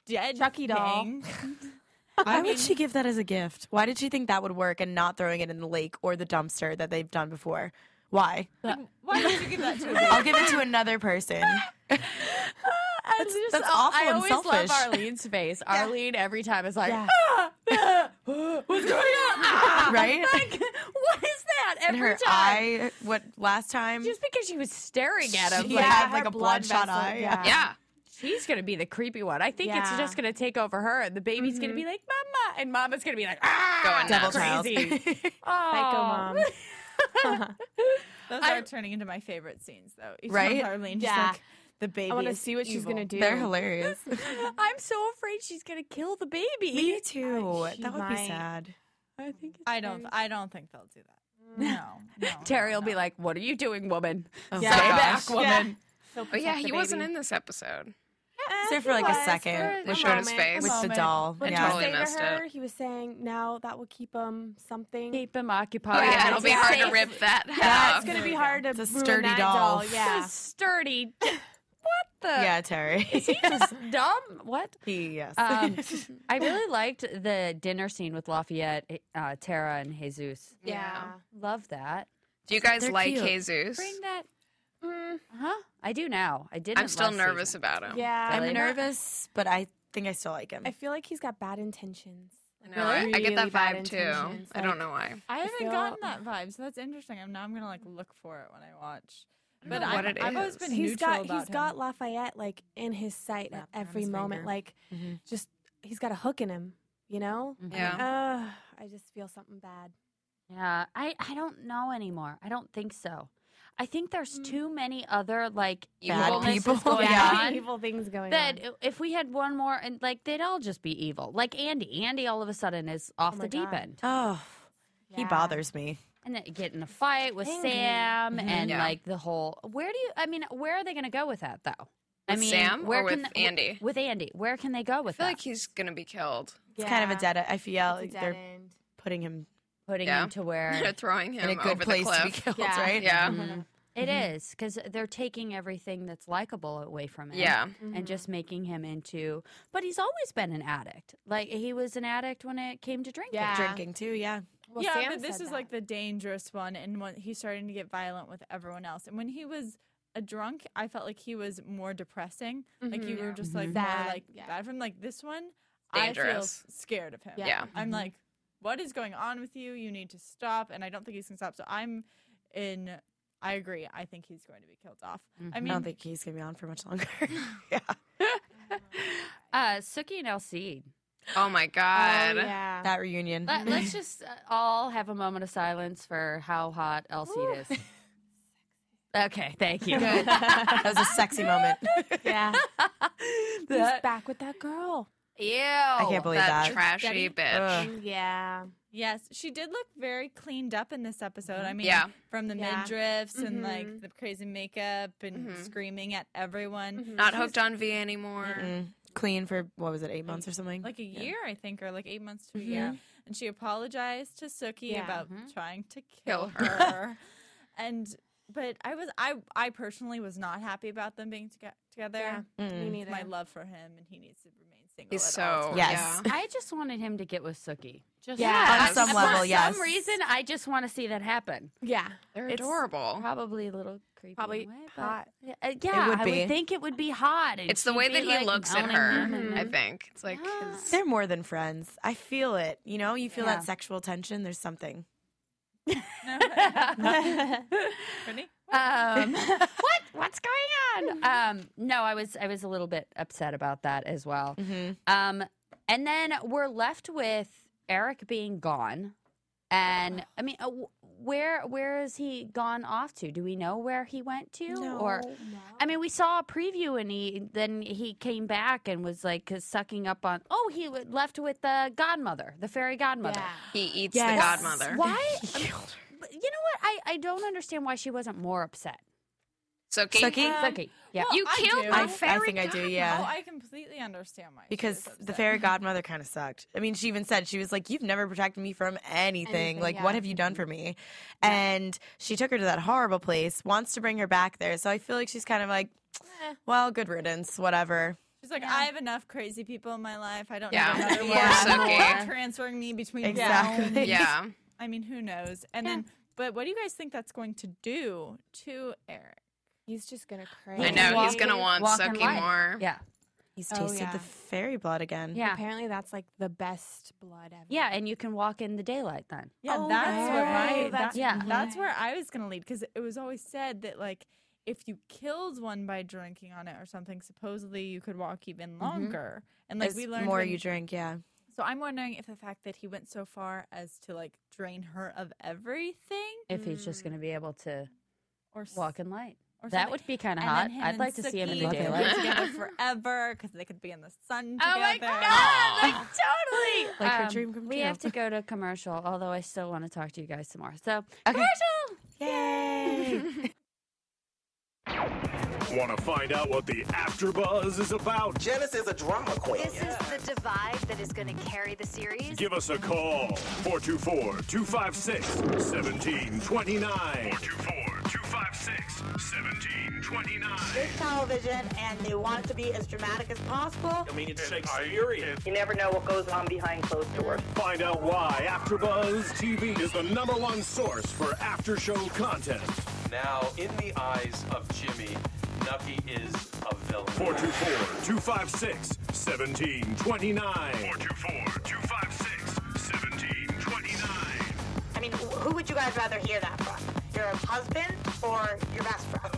Speaker 3: dead
Speaker 6: Chucky doll.
Speaker 2: (laughs)
Speaker 3: thing- (laughs)
Speaker 5: Why would she give that as a gift? Why did she think that would work and not throwing it in the lake or the dumpster that they've done before? Why? (laughs)
Speaker 3: why would you give that to a baby?
Speaker 6: (laughs)
Speaker 5: I'll give it to another person. That's- that's awful
Speaker 2: I
Speaker 5: and
Speaker 2: always
Speaker 5: selfish.
Speaker 2: love Arlene's
Speaker 3: (laughs)
Speaker 2: face. Arlene every time is like, "Ah,
Speaker 5: Yeah.
Speaker 2: what's going
Speaker 3: (laughs)
Speaker 2: on?
Speaker 5: Right?
Speaker 2: Like, what is that?
Speaker 5: and
Speaker 2: Every
Speaker 5: her
Speaker 2: time.
Speaker 5: eye. What last time?
Speaker 2: Just because she was staring at him,
Speaker 5: She
Speaker 2: like,
Speaker 5: had,
Speaker 2: her
Speaker 5: like, a
Speaker 2: blood
Speaker 5: bloodshot
Speaker 2: vessel-
Speaker 5: eye,
Speaker 2: Yeah.
Speaker 4: Yeah.
Speaker 2: she's gonna be the creepy one. I think it's
Speaker 5: Yeah.
Speaker 2: just gonna take over her, and the baby's gonna be like, "Mama," and Mama's gonna be like, "Ah,
Speaker 4: Going
Speaker 5: Devil child.
Speaker 2: crazy."
Speaker 5: (laughs)
Speaker 6: Psycho
Speaker 2: (laughs) oh, (laughs)
Speaker 6: mom.
Speaker 3: Those
Speaker 2: I-
Speaker 3: are turning into my favorite scenes, though. Each
Speaker 5: Right?
Speaker 3: one's Arlene, just
Speaker 2: Yeah.
Speaker 3: like the baby.
Speaker 6: I want to
Speaker 3: is
Speaker 6: see what she's
Speaker 3: evil.
Speaker 6: gonna do.
Speaker 5: They're hilarious. (laughs)
Speaker 2: I'm so afraid she's gonna kill the baby.
Speaker 5: Me too.
Speaker 6: she
Speaker 5: that would be
Speaker 6: might.
Speaker 5: sad.
Speaker 2: I think it's
Speaker 3: I don't. I don't think they'll do that. No. no
Speaker 2: Mm. (laughs) Terry
Speaker 3: no,
Speaker 2: will be
Speaker 3: no.
Speaker 2: like, "What are you doing, woman?
Speaker 5: Oh,
Speaker 2: Stay
Speaker 5: my
Speaker 2: back,
Speaker 5: gosh.
Speaker 2: woman."
Speaker 4: Oh yeah, he wasn't in this episode.
Speaker 5: He's there for like a second
Speaker 4: They
Speaker 5: with,
Speaker 4: showed his
Speaker 6: moment,
Speaker 4: face.
Speaker 5: with the
Speaker 3: moment.
Speaker 5: doll.
Speaker 6: What did
Speaker 5: Yeah.
Speaker 6: he
Speaker 4: Totally
Speaker 6: say
Speaker 4: missed it.
Speaker 6: to her? He was saying now that will keep him something.
Speaker 2: Keep him occupied.
Speaker 4: Oh yeah,
Speaker 6: Yeah,
Speaker 4: it'll
Speaker 6: it's
Speaker 4: be hard to
Speaker 6: safe.
Speaker 4: rip that
Speaker 6: yeah,
Speaker 4: off.
Speaker 6: it's gonna be hard to
Speaker 5: It's a
Speaker 6: ruin
Speaker 5: sturdy
Speaker 6: that
Speaker 5: doll.
Speaker 6: doll.
Speaker 5: (laughs)
Speaker 6: Yeah,
Speaker 2: (laughs) sturdy. what the?
Speaker 5: Yeah,
Speaker 6: (laughs)
Speaker 5: Terry. (laughs)
Speaker 2: Just dumb. What?
Speaker 5: He- yes. (laughs)
Speaker 2: Um, (laughs) I really liked the dinner scene with Lafayette, uh, Tara, and Jesus.
Speaker 4: Yeah.
Speaker 2: Love that.
Speaker 4: Do you guys
Speaker 5: They're
Speaker 4: like
Speaker 5: cute.
Speaker 4: Jesus?
Speaker 2: Bring that.
Speaker 6: Mm,
Speaker 2: Huh? I do now. I didn't.
Speaker 4: I'm still
Speaker 2: last
Speaker 4: nervous
Speaker 2: season.
Speaker 4: about him.
Speaker 6: yeah.
Speaker 2: Really?
Speaker 5: I'm
Speaker 6: not-
Speaker 5: nervous, but I think I still like him.
Speaker 6: I feel like he's got bad intentions.
Speaker 4: I know. I, I get
Speaker 6: Really
Speaker 4: that
Speaker 6: bad
Speaker 4: vibe too.
Speaker 6: intentions,
Speaker 4: I
Speaker 6: like-
Speaker 4: don't know why.
Speaker 3: I haven't
Speaker 6: feel-
Speaker 3: gotten that vibe, so that's interesting. I'm now I'm gonna like look for it when I watch. But
Speaker 4: know
Speaker 3: I
Speaker 4: what it
Speaker 3: I've always
Speaker 4: is.
Speaker 3: been
Speaker 6: He's
Speaker 3: neutral
Speaker 6: got
Speaker 3: about
Speaker 6: he's
Speaker 3: him.
Speaker 6: got Lafayette like in his sight at
Speaker 5: Wrapped around
Speaker 6: every
Speaker 5: his
Speaker 6: moment.
Speaker 5: finger.
Speaker 6: Like
Speaker 5: Mhm.
Speaker 6: just he's got a hook in him. You know.
Speaker 2: Mm-hmm.
Speaker 4: Yeah.
Speaker 6: Ugh, I just feel something bad.
Speaker 2: Yeah, I I don't know anymore. I don't think so. I think there's too many other like
Speaker 4: Bad
Speaker 2: evilnesses
Speaker 5: people.
Speaker 2: going
Speaker 5: Yeah.
Speaker 2: on.
Speaker 6: evil things going
Speaker 2: That
Speaker 6: on.
Speaker 2: i- if we had one more, and like they'd all just be evil. Like Andy, Andy all of a sudden is off
Speaker 6: my
Speaker 2: the deep
Speaker 6: God.
Speaker 2: end,
Speaker 5: Oh, he
Speaker 6: Yeah.
Speaker 5: bothers me.
Speaker 2: and then get in a fight with
Speaker 6: Angry.
Speaker 2: Sam, and
Speaker 4: Mm-hmm. Yeah.
Speaker 2: like the whole. Where do you? I mean, where are they going to go with that though? I
Speaker 4: With
Speaker 2: mean,
Speaker 4: Sam
Speaker 2: where
Speaker 4: or
Speaker 2: can
Speaker 4: with
Speaker 2: the-
Speaker 4: Andy?
Speaker 2: With Andy, where can they go
Speaker 4: I
Speaker 2: with
Speaker 4: feel
Speaker 2: that?
Speaker 4: like he's gonna be killed.
Speaker 5: It's kind of a dead. I feel
Speaker 6: It's a
Speaker 5: like
Speaker 6: dead
Speaker 5: they're
Speaker 6: end.
Speaker 5: putting him
Speaker 2: Putting
Speaker 4: Yeah. Mm-hmm.
Speaker 2: him to where
Speaker 4: (laughs) They're throwing him
Speaker 5: in a good
Speaker 4: over
Speaker 5: place
Speaker 4: the
Speaker 5: to be
Speaker 4: cliff.
Speaker 5: killed,
Speaker 6: Yeah.
Speaker 5: right?
Speaker 4: Yeah.
Speaker 2: it is, because they're taking everything that's likable away from him.
Speaker 4: Yeah.
Speaker 2: and just making him into but he's always been an addict like he was an addict when it came to drinking
Speaker 6: Yeah.
Speaker 5: Drinking too, yeah.
Speaker 6: Well,
Speaker 3: yeah,
Speaker 6: Sam
Speaker 3: but this
Speaker 6: said
Speaker 3: is
Speaker 6: that.
Speaker 3: like the dangerous one, and when he's starting to get violent with everyone else. And when he was a drunk, I felt like he was more depressing. Like
Speaker 6: Mm-hmm.
Speaker 3: you were just like
Speaker 6: Sad,
Speaker 3: more like
Speaker 6: yeah.
Speaker 3: bad from like this one. I feel
Speaker 4: Dangerous.
Speaker 3: s- scared of him.
Speaker 6: Yeah.
Speaker 4: Yeah.
Speaker 3: I'm like, what is going on with you? You need to stop. And I don't think he's gonna stop. So I'm in. I agree. I think he's going to be killed off. I
Speaker 4: Mm-hmm.
Speaker 2: Mm-hmm.
Speaker 5: I,
Speaker 3: mean,
Speaker 5: don't think he's gonna be on for much longer. (laughs) yeah,
Speaker 2: uh suki and elsie
Speaker 4: Oh my
Speaker 6: Oh,
Speaker 4: god.
Speaker 6: yeah.
Speaker 5: that reunion.
Speaker 2: Let,
Speaker 4: Mm-hmm.
Speaker 2: let's
Speaker 5: (laughs)
Speaker 2: just uh, all have a moment of silence for how hot elsie is okay thank you (laughs)
Speaker 5: Good. that was a sexy moment.
Speaker 3: (laughs)
Speaker 6: yeah. He's
Speaker 2: That-
Speaker 6: back with that girl.
Speaker 2: Ew.
Speaker 5: I can't believe (laughs)
Speaker 4: Oh, That
Speaker 5: that.
Speaker 4: trashy
Speaker 3: Debbie?
Speaker 4: bitch.
Speaker 5: Ugh.
Speaker 6: Yeah.
Speaker 3: yes, she did look very cleaned up in this episode. I mean,
Speaker 4: Yeah.
Speaker 3: from the
Speaker 6: Mm-hmm. Yeah. Mm-hmm.
Speaker 3: midriffs and like
Speaker 6: Mhm.
Speaker 3: the crazy makeup and
Speaker 4: Mhm.
Speaker 3: screaming at everyone.
Speaker 6: Mm-hmm.
Speaker 4: Not hooked on V anymore.
Speaker 5: Mm-mm. Clean for what was it, eight months or something?
Speaker 3: Like a
Speaker 5: Yeah.
Speaker 3: year, I think, or like eight months to a year. And she apologized to Suki
Speaker 6: Mm-hmm. Yeah. Mm-hmm.
Speaker 3: about
Speaker 2: Mhm.
Speaker 3: trying to
Speaker 4: Kill
Speaker 3: kill,
Speaker 4: her.
Speaker 3: her. and but I was I I personally was not happy about them being toge- together.
Speaker 6: Me
Speaker 5: Mm-mm.
Speaker 6: neither.
Speaker 3: My love for him, and he needs to remain single.
Speaker 4: He's
Speaker 3: at all
Speaker 4: so
Speaker 3: times.
Speaker 5: Yes.
Speaker 4: yeah.
Speaker 2: I just wanted him to get with Suki. Just
Speaker 4: Yeah.
Speaker 2: I-
Speaker 4: On some
Speaker 2: for
Speaker 5: level, yes.
Speaker 2: some reason, I just want to see that happen.
Speaker 6: Yeah.
Speaker 4: They're
Speaker 2: It's-
Speaker 4: adorable.
Speaker 2: Probably a little creepy.
Speaker 6: Probably
Speaker 2: in a way, but-
Speaker 6: hot.
Speaker 2: Yeah, uh, yeah,
Speaker 5: would
Speaker 2: I
Speaker 5: be.
Speaker 2: would think it would be hot. and
Speaker 4: It's the
Speaker 2: she'd
Speaker 4: way
Speaker 2: be,
Speaker 4: that he
Speaker 2: like, Mm-hmm.
Speaker 4: looking looks at
Speaker 2: moaning him
Speaker 4: her.
Speaker 2: and-
Speaker 4: I think it's like his
Speaker 5: They're more than friends. I feel it. You know, you feel
Speaker 2: Yeah.
Speaker 5: that sexual tension. There's something.
Speaker 3: Brittany?
Speaker 2: (laughs)
Speaker 3: (laughs)
Speaker 5: (laughs)
Speaker 2: um, what what's going on? Um, no, I was I was a little bit upset about that as well.
Speaker 5: Mm-hmm.
Speaker 2: Um, and then we're left with Eric being gone, and I mean, uh, w- where where is he gone off to? Do we know where he went to? Or I mean, we saw a preview, and he then he came back and was like sucking up on. Oh, he w- left with the godmother, the fairy godmother.
Speaker 4: he eats
Speaker 5: Yes.
Speaker 4: the godmother. (laughs)
Speaker 2: Why? um, But you know what? I, I don't understand why she wasn't more upset. (laughs)
Speaker 4: Suki.
Speaker 5: Suki? Um,
Speaker 2: Suki, yeah.
Speaker 3: well,
Speaker 4: You
Speaker 3: I
Speaker 4: killed
Speaker 3: do.
Speaker 4: my
Speaker 5: I, I
Speaker 4: fairy
Speaker 5: think
Speaker 3: (laughs)
Speaker 5: I do.
Speaker 4: godmother.
Speaker 5: Yeah.
Speaker 3: Oh, I completely understand why. she was
Speaker 5: because the
Speaker 3: upset. (laughs)
Speaker 5: fairy godmother kind of sucked. I mean, she even said she was like, "You've never protected me from anything.
Speaker 6: Anything,
Speaker 5: like,
Speaker 6: yeah.
Speaker 5: what have you done for me?" And she took her to that horrible place. Wants to bring her back there, so I feel like she's kind of like, "Well, good riddance, whatever."
Speaker 3: She's like, I have enough crazy people in my life. I don't
Speaker 4: Yeah.
Speaker 3: need
Speaker 5: (laughs)
Speaker 3: another
Speaker 5: Yeah.
Speaker 3: one
Speaker 4: Sucky.
Speaker 3: transferring me between
Speaker 5: Exactly. (laughs)
Speaker 3: realms.
Speaker 4: Yeah.
Speaker 3: I mean, who knows? And then, but what do you guys think that's going to do to Eric?
Speaker 6: He's just gonna crave.
Speaker 4: I know he's gonna
Speaker 2: Walking-
Speaker 4: want
Speaker 2: walking
Speaker 4: Suki
Speaker 2: light.
Speaker 4: more.
Speaker 2: Yeah.
Speaker 5: He's
Speaker 6: Oh,
Speaker 5: tasted
Speaker 6: yeah.
Speaker 5: the fairy blood again.
Speaker 2: Yeah.
Speaker 6: Apparently, that's like the best blood ever.
Speaker 2: Yeah, and you can walk in the daylight then.
Speaker 3: Yeah,
Speaker 5: Oh,
Speaker 3: that's
Speaker 5: that's
Speaker 3: where
Speaker 5: right.
Speaker 3: my that's,
Speaker 2: That's Yeah.
Speaker 3: that's where I was gonna lead because it was always said that like if you killed one by drinking on it or something, supposedly you could walk even longer. And like
Speaker 5: Mm-hmm. As
Speaker 3: we learned
Speaker 5: more
Speaker 3: when-
Speaker 5: you drink, yeah.
Speaker 3: So I'm wondering if the fact that he went so far as to like drain her of everything
Speaker 2: If he's just going to be able to
Speaker 3: or s-
Speaker 2: walk in light.
Speaker 3: or
Speaker 2: That
Speaker 3: something.
Speaker 2: would be kind of
Speaker 3: And
Speaker 2: hot.
Speaker 3: then him
Speaker 2: I'd
Speaker 3: and
Speaker 2: like to see him in the
Speaker 3: Suki could
Speaker 2: daylight. (laughs)
Speaker 3: live (laughs) together forever because they could be in the sun together.
Speaker 4: Oh my god! Like totally.
Speaker 5: Like her
Speaker 2: Um,
Speaker 5: dream come true.
Speaker 2: We have to go to commercial, although I still want to talk to you guys some more. So,
Speaker 5: Okay.
Speaker 2: commercial!
Speaker 5: Yay!
Speaker 8: Want to find out what the AfterBuzz is about?
Speaker 9: Janice is a drama queen.
Speaker 10: This is the divide that is going to carry the series.
Speaker 8: Give us a call. 424-256-1729. 424-256-1729.
Speaker 9: It's television, and they want it to be as dramatic as possible.
Speaker 8: I mean, it's Shakespearean.
Speaker 9: You never know what goes on behind closed doors.
Speaker 8: Find out why AfterBuzz TV is the number one source for after-show content.
Speaker 11: Now, in the eyes of Jimmy, Nucky is a villain.
Speaker 8: 424-256-1729. 424-256-1729.
Speaker 9: I mean, wh- who would you guys rather hear that from? Your husband or your best friend?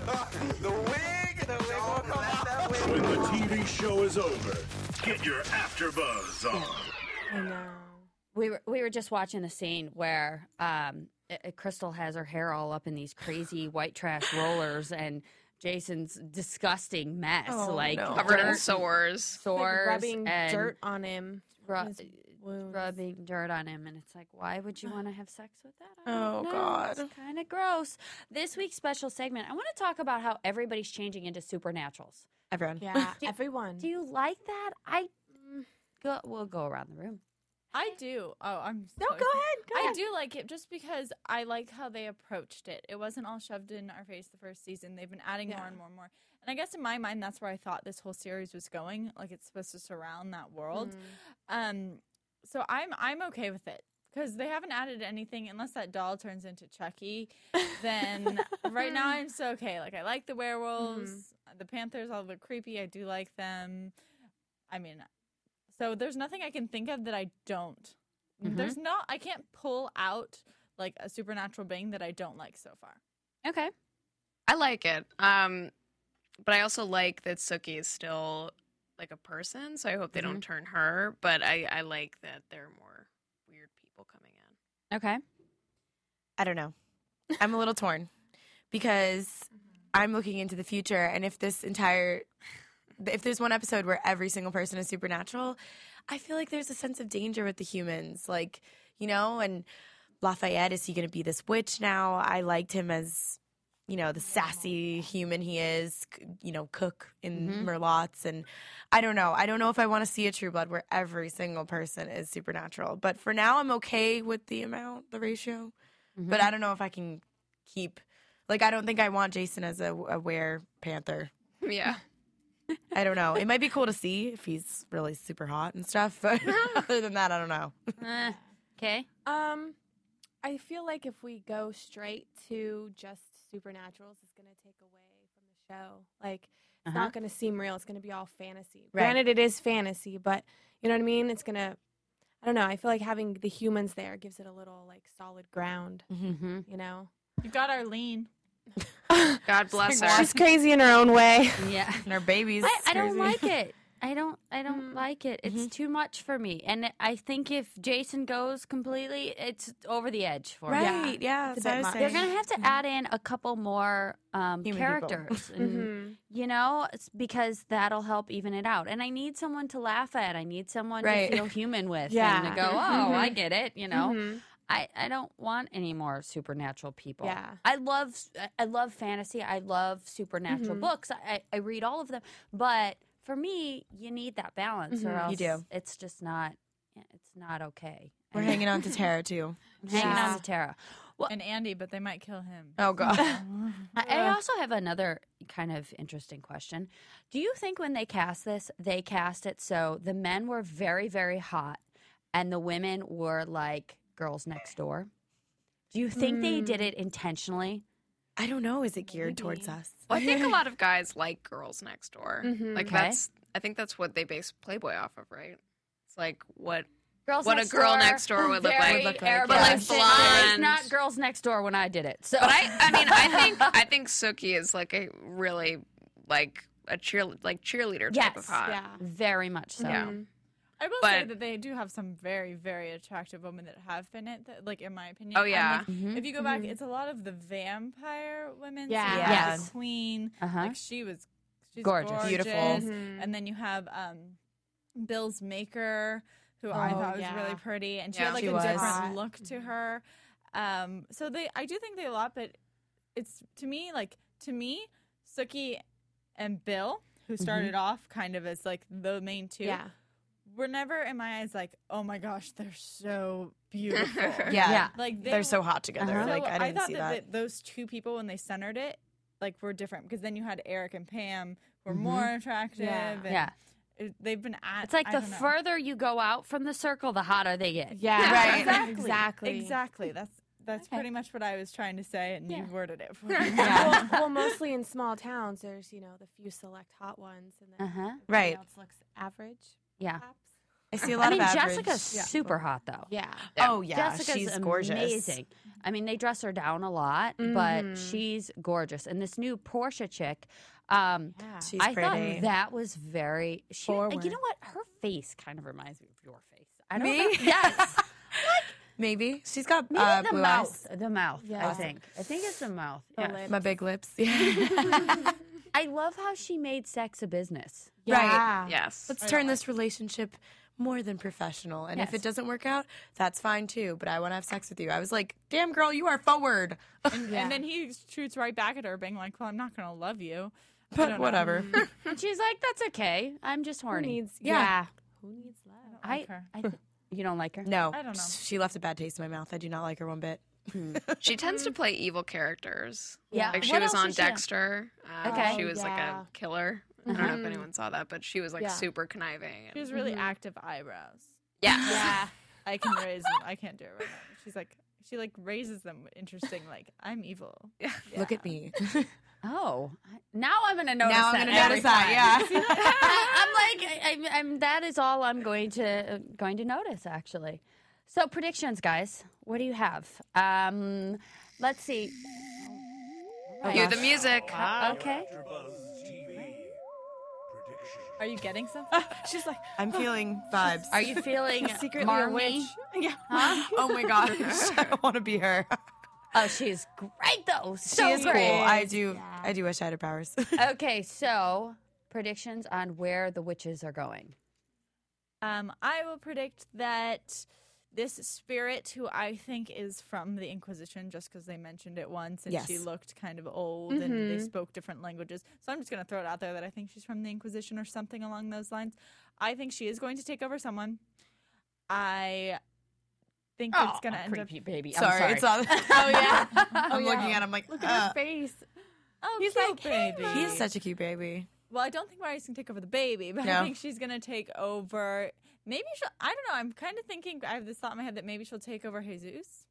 Speaker 11: the wig! The wig will come out.
Speaker 8: When the TV show is over, get your AfterBuzz on.
Speaker 6: I know.
Speaker 2: We were, we were just watching a scene where um, uh, uh, Crystal has her hair all up in these crazy white trash rollers and Jason's disgusting mess. like,
Speaker 4: Covered in
Speaker 2: dirt,
Speaker 4: sores.
Speaker 6: Like
Speaker 2: sores,
Speaker 6: rubbing
Speaker 2: and
Speaker 6: dirt on him.
Speaker 2: ru-
Speaker 6: his wounds.
Speaker 2: rubbing dirt on him and it's like why would you want to have sex with that I
Speaker 5: Oh,
Speaker 2: don't know.
Speaker 5: God.
Speaker 2: it's kind of gross this week's special segment i want to talk about how everybody's changing into supernaturals
Speaker 5: Everyone.
Speaker 6: Yeah,
Speaker 2: Do-
Speaker 6: everyone.
Speaker 2: do you like that i mm, go, we'll go around the room
Speaker 3: I do. Oh, I'm
Speaker 5: No,
Speaker 3: so
Speaker 5: go ahead. Go
Speaker 3: I
Speaker 5: ahead.
Speaker 3: do like it just because I like how they approached it. It wasn't all shoved in our face the first season. They've been adding more
Speaker 6: Yeah.
Speaker 3: and more and more. And I guess in my mind, that's where I thought this whole series was going. Like it's supposed to surround that world. Um, so I'm I'm okay with it because they haven't added anything unless that doll turns into Chucky. Then right now I'm so okay. Like I like the werewolves, the panthers all look creepy. I do like them. I mean, so there's nothing I can think of that I don't.
Speaker 4: Mm-hmm.
Speaker 2: Mhm.
Speaker 3: There's not. I can't pull out like a supernatural being that I don't like so far.
Speaker 2: okay
Speaker 4: I like it. Um, but I also like that Suki is still like a person, so I hope they don't turn her. But I, I like that there are more weird people coming in.
Speaker 2: okay
Speaker 5: I don't know. I'm a little torn because I'm looking into the future, and if this entire, if there's one episode where every single person is supernatural, I feel like there's a sense of danger with the humans, like you know. And Lafayette is he going to be this witch now? I liked him as, you know, the sassy human he is, c- you know, cook in Merlot's, and I don't know. I don't know if I want to see a True Blood where every single person is supernatural. But for now, I'm okay with the amount, the ratio but I don't know if I can keep. Like, I don't think I want Jason as a, a wear panther.
Speaker 4: (laughs) Yeah.
Speaker 5: I don't know. It might be cool to see if he's really super hot and stuff. But (laughs) other than that, I don't know.
Speaker 2: Eh, okay
Speaker 6: Um, I feel like if we go straight to just supernaturals, it's going to take away from the show. Like, it's
Speaker 2: Uh-huh.
Speaker 6: not going to seem real. It's going to be all fantasy.
Speaker 5: Right.
Speaker 6: Granted, it is fantasy, but you know what I mean? It's going to, I don't know. I feel like having the humans there gives it a little, like, solid ground,
Speaker 2: mm-hmm.
Speaker 6: you know?
Speaker 3: You got Arlene.
Speaker 4: God bless her.
Speaker 6: She's crazy in her own way.
Speaker 2: (laughs) yeah
Speaker 5: And our babies.
Speaker 2: I, I don't
Speaker 5: crazy.
Speaker 2: like it. I don't. I don't like it. It's too much for me. And I think if Jason goes completely, it's over the edge for me.
Speaker 5: Right? (laughs) Yeah.
Speaker 6: It's a
Speaker 5: that's what I
Speaker 6: bit
Speaker 5: was
Speaker 6: much.
Speaker 2: They're
Speaker 5: saying.
Speaker 2: gonna have to add in a couple more um,
Speaker 5: Human people. (laughs) Mm-hmm.
Speaker 2: characters, and,
Speaker 6: Mhm.
Speaker 2: you know, it's because that'll help even it out. And I need someone to laugh at. I need someone
Speaker 5: Right.
Speaker 2: to
Speaker 5: Mm-hmm.
Speaker 2: feel human with. and
Speaker 6: Yeah.
Speaker 2: to
Speaker 5: (laughs)
Speaker 2: go, oh, I get it. You know,
Speaker 6: Mhm.
Speaker 2: I, I don't want any more supernatural people.
Speaker 6: Yeah.
Speaker 2: I love I love fantasy. I love supernatural
Speaker 5: Mm-hmm.
Speaker 6: Mhm.
Speaker 2: books. I, I read all of them. But for me, you need that balance or
Speaker 6: Mhm.
Speaker 2: else
Speaker 5: Mm-hmm. You do.
Speaker 2: it's just not eh, it's not okay.
Speaker 5: We're
Speaker 2: And
Speaker 5: hanging on to Tara too.
Speaker 2: I'm hanging
Speaker 6: Yeah.
Speaker 2: on to Tara.
Speaker 3: and Andy, but they might kill him. (laughs)
Speaker 5: Oh god.
Speaker 2: I, I also have another kind of interesting question. Do you think when they cast this, they cast it so the men were very, very hot and the women Mm. were like girls next door? Do you think they did it intentionally
Speaker 5: I don't know. Is it geared towards us?
Speaker 4: Well, I think a
Speaker 5: (laughs)
Speaker 4: lot of guys like Girls Next Door.
Speaker 5: Mhm.
Speaker 4: Like
Speaker 5: Okay.
Speaker 4: that's I think that's what they base Playboy off of, right? It's like what
Speaker 2: Girls
Speaker 4: what a
Speaker 2: Next
Speaker 4: girl
Speaker 2: Door,
Speaker 4: next door would look
Speaker 2: very
Speaker 4: like,
Speaker 2: airbrushed.
Speaker 4: but like
Speaker 2: It's
Speaker 4: blonde.
Speaker 2: not girls next door when I did it. So
Speaker 4: But I, I mean, I think I think Suki is like a really like a cheer like cheerleader type of hot.
Speaker 2: very much so.
Speaker 4: Yeah.
Speaker 3: I will say
Speaker 4: But-
Speaker 3: that they do have some very, very attractive women that have been it. That, like in my opinion.
Speaker 4: Oh,
Speaker 3: And,
Speaker 4: yeah.
Speaker 3: like,
Speaker 2: Mm-hmm.
Speaker 4: Mhm.
Speaker 3: If you go
Speaker 6: Mm-hmm.
Speaker 3: back,
Speaker 4: Mhm.
Speaker 3: it's a lot of the vampire women. so
Speaker 4: Yeah.
Speaker 3: you have
Speaker 4: Yeah.
Speaker 3: the Queen.
Speaker 2: Uh-huh.
Speaker 3: Like she was, she's gorgeous,
Speaker 2: Gorgeous. Beautiful. Mhm.
Speaker 3: And then you have um, Bill's maker, who I
Speaker 2: Oh,
Speaker 3: thought was
Speaker 2: yeah.
Speaker 3: really pretty, and she
Speaker 2: Yeah.
Speaker 3: had like
Speaker 2: She
Speaker 3: a
Speaker 2: was.
Speaker 3: different
Speaker 2: Hot. Mm-hmm.
Speaker 3: look to her. Um, so they, I do think they a lot, but it's to me like to me, Suki and Bill, who started off kind of as like the main two,
Speaker 6: Yeah.
Speaker 3: were never in my eyes like, oh my gosh,
Speaker 2: (laughs)
Speaker 3: they're so beautiful.
Speaker 5: Yeah. Yeah. They're so hot together.
Speaker 3: So
Speaker 5: Like, I didn't
Speaker 3: thought
Speaker 5: see
Speaker 3: that,
Speaker 5: (laughs) that.
Speaker 3: the- those two people when they centered it, like were different because then you had Eric and Pam who were
Speaker 2: Mhm.
Speaker 3: more attractive.
Speaker 2: Yeah.
Speaker 3: and
Speaker 2: Yeah.
Speaker 3: it- they've been at.
Speaker 2: It's like
Speaker 3: I
Speaker 2: the
Speaker 3: don't know.
Speaker 2: further you go out from the circle, the hotter they get.
Speaker 3: Yeah,
Speaker 5: Right.
Speaker 3: Exactly.
Speaker 6: Exactly.
Speaker 3: Exactly. That's that's pretty much what I was trying to say, and you worded it. For me.
Speaker 6: well,
Speaker 3: (laughs)
Speaker 6: well, mostly in small towns, there's you know the
Speaker 5: (laughs)
Speaker 6: few select hot ones, and then
Speaker 2: Uh-huh.
Speaker 6: everything
Speaker 2: Right.
Speaker 6: else looks average.
Speaker 2: Yeah.
Speaker 5: I see a
Speaker 2: I
Speaker 5: lot of
Speaker 2: mean,
Speaker 5: average-
Speaker 2: Jessica's
Speaker 5: Yeah.
Speaker 2: super hot though.
Speaker 6: Yeah.
Speaker 5: Oh, yeah,
Speaker 2: Jessica's
Speaker 5: she's gorgeous.
Speaker 2: Amazing. I mean, they dress her down a lot,
Speaker 5: Mhm.
Speaker 2: but she's gorgeous. And this new Porsche chick, um,
Speaker 5: She's
Speaker 2: I
Speaker 5: pretty.
Speaker 2: thought that was very. She, uh,
Speaker 5: Forward.
Speaker 2: you know what? Her face kind of reminds me of your face. I don't
Speaker 5: Me? (laughs)
Speaker 2: know. (laughs) Yes. like
Speaker 5: maybe she's got
Speaker 2: maybe
Speaker 5: uh,
Speaker 2: the
Speaker 5: blue
Speaker 2: mouth.
Speaker 5: eyes.
Speaker 2: The mouth. I
Speaker 5: Yeah.
Speaker 2: think. I think it's the mouth.
Speaker 5: Yeah.
Speaker 2: yeah.
Speaker 5: My big lips. (laughs) Yeah.
Speaker 2: I love how she made sex a business.
Speaker 5: Right.
Speaker 4: Yes.
Speaker 5: Let's turn this relationship more than professional. And if
Speaker 2: Yes.
Speaker 5: it doesn't work out, that's fine too. But I want to have sex with you. I was like, damn girl, you are forward.
Speaker 3: And then he shoots right back at her, being like, "Well, I'm not gonna love you." I
Speaker 5: But (laughs)
Speaker 3: don't know.
Speaker 2: (laughs)
Speaker 5: whatever.
Speaker 2: And she's like, "That's okay. I'm just horny."
Speaker 6: needs-
Speaker 5: Yeah. yeah.
Speaker 6: Who needs love?
Speaker 2: I, I th- you don't (laughs) like her?
Speaker 5: No.
Speaker 2: I don't know.
Speaker 5: She left a bad taste in my mouth. I do not like her one bit.
Speaker 4: She tends to play evil characters.
Speaker 5: Yeah.
Speaker 4: Like she
Speaker 5: What
Speaker 4: was
Speaker 5: else
Speaker 4: on
Speaker 5: is she in?
Speaker 4: Dexter. Um,
Speaker 5: Okay.
Speaker 4: She was like
Speaker 5: Yeah.
Speaker 4: a killer. I don't know
Speaker 3: Mhm.
Speaker 4: if anyone saw that, but she was like
Speaker 3: Yeah.
Speaker 4: super conniving. And,
Speaker 3: She has really active eyebrows.
Speaker 4: Yeah.
Speaker 5: (laughs)
Speaker 3: Yeah. I can raise them. I can't do it right now. She's like, she like raises them interesting, like, I'm evil. Yeah.
Speaker 5: Look at
Speaker 2: (laughs)
Speaker 5: me.
Speaker 2: Oh, I- now I'm gonna notice
Speaker 5: Now
Speaker 2: that.
Speaker 5: I'm gonna
Speaker 2: every
Speaker 5: notice that,
Speaker 2: time. I, am like, I, I'm, that is all I'm going to uh, going to notice actually. So predictions, guys. What do you have? Um, let's see. (laughs)
Speaker 5: (laughs)
Speaker 4: Oh, Cue the gosh. music.
Speaker 2: Uh, okay.
Speaker 3: Are you getting something? (laughs) She's like,
Speaker 5: I'm feeling vibes.
Speaker 2: Are you feeling
Speaker 3: Secretly a
Speaker 2: marmy?
Speaker 3: witch. Yeah.
Speaker 5: (laughs) oh my gosh. (laughs) I want to be her.
Speaker 2: Oh, she's great though. So
Speaker 5: she is
Speaker 2: great.
Speaker 5: cool. I do I do wish I had her powers. (laughs)
Speaker 2: Uh, Okay, so predictions on where the witches are going.
Speaker 3: Um, I will predict that this spirit, who I think is from the Inquisition, just because they mentioned it once and she
Speaker 5: Yes.
Speaker 3: looked kind of old and they
Speaker 5: Mhm.
Speaker 3: spoke different languages. So I'm just going to throw it out there that I think she's from the Inquisition or something along those lines. I think she is going to take over someone. I think
Speaker 2: Oh,
Speaker 3: it's going to
Speaker 2: a
Speaker 3: end
Speaker 2: creepy
Speaker 3: up.
Speaker 2: baby.
Speaker 5: Sorry,
Speaker 2: (laughs)
Speaker 5: it's all (laughs)
Speaker 3: Oh, yeah.
Speaker 5: I'm looking at him like
Speaker 3: Look at
Speaker 5: uh,
Speaker 3: her face. Oh,
Speaker 5: He's
Speaker 3: cute
Speaker 5: like
Speaker 3: baby.
Speaker 5: He's such a cute baby.
Speaker 3: Well, I don't think Maria's gonna take over the baby, but I
Speaker 5: No.
Speaker 3: think she's gonna take over. Maybe she'll. I don't know. I'm kind of thinking. I have this thought in my head that maybe she'll take over Jesus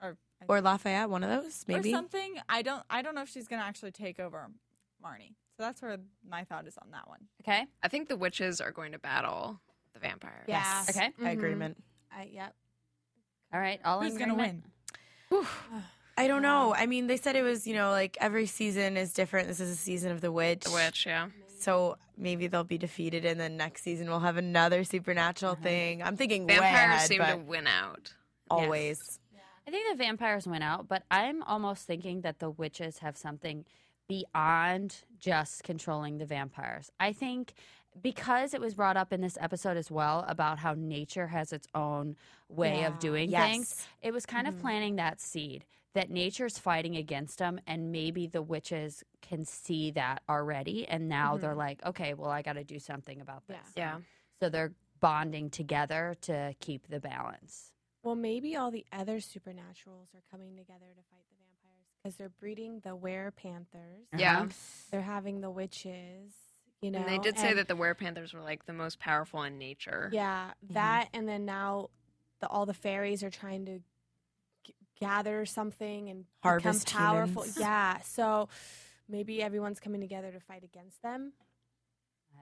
Speaker 3: or
Speaker 5: Or Lafayette, one of those, maybe.
Speaker 3: or something. I don't. I don't know if she's gonna actually take over Marnie. So that's where my thought is on that one.
Speaker 2: Okay.
Speaker 4: I think the witches are going to battle the vampires.
Speaker 6: Yeah.
Speaker 2: Okay.
Speaker 5: I
Speaker 6: Mhm.
Speaker 5: agreement.
Speaker 6: I, yep.
Speaker 2: All right, all
Speaker 3: Who's
Speaker 2: in
Speaker 3: gonna
Speaker 2: agreement?
Speaker 5: I don't know. I mean, they said it was, you know, like every season is different. This is a season of the witch.
Speaker 4: The witch, yeah.
Speaker 5: So maybe they'll be defeated, and then next season we'll have another supernatural
Speaker 6: Uh-huh.
Speaker 5: thing. I'm thinking way
Speaker 4: Vampires
Speaker 5: ahead,
Speaker 4: seem
Speaker 5: but
Speaker 4: to win out.
Speaker 5: always.
Speaker 2: I think the vampires went out, but I'm almost thinking that the witches have something beyond just controlling the vampires. I think because it was brought up in this episode as well about how nature has its own way of
Speaker 10: Yeah.
Speaker 2: doing
Speaker 10: Yes.
Speaker 2: things, it was kind of planting that seed that nature's fighting against them and maybe the witches can see that already and now they're
Speaker 4: Mhm.
Speaker 2: like, okay, well I got to do something about this.
Speaker 4: Yeah.
Speaker 2: So they're bonding together to keep the balance.
Speaker 6: Well, maybe all the other supernaturals are coming together to fight the vampires because they're breeding the were panthers.
Speaker 4: Yeah. Uh-huh.
Speaker 6: They're having the witches. You know,
Speaker 4: and they did say
Speaker 6: and-
Speaker 4: that the werepanthers were like the most powerful in nature.
Speaker 6: Yeah, that and then now the, all the fairies are trying to g- gather something and
Speaker 5: Harvest
Speaker 6: become powerful.
Speaker 5: humans.
Speaker 6: Yeah, so maybe everyone's coming together to fight against them.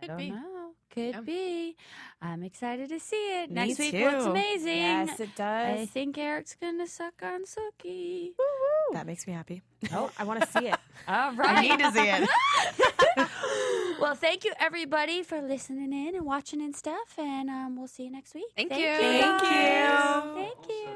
Speaker 2: I don't know. Could be. I'm excited to see it.
Speaker 6: Me
Speaker 2: Next week looks
Speaker 6: too.
Speaker 2: amazing.
Speaker 6: Yes, it does.
Speaker 2: I think Eric's gonna suck on Suki.
Speaker 5: That makes me happy.
Speaker 6: Oh, I want to see it.
Speaker 2: (laughs) All right.
Speaker 5: I (laughs) need to see it.
Speaker 2: well, thank you everybody for listening in and watching and stuff, and um, we'll see you next week. Thank,
Speaker 4: you.
Speaker 2: guys.
Speaker 4: Thank you.
Speaker 2: Thank you.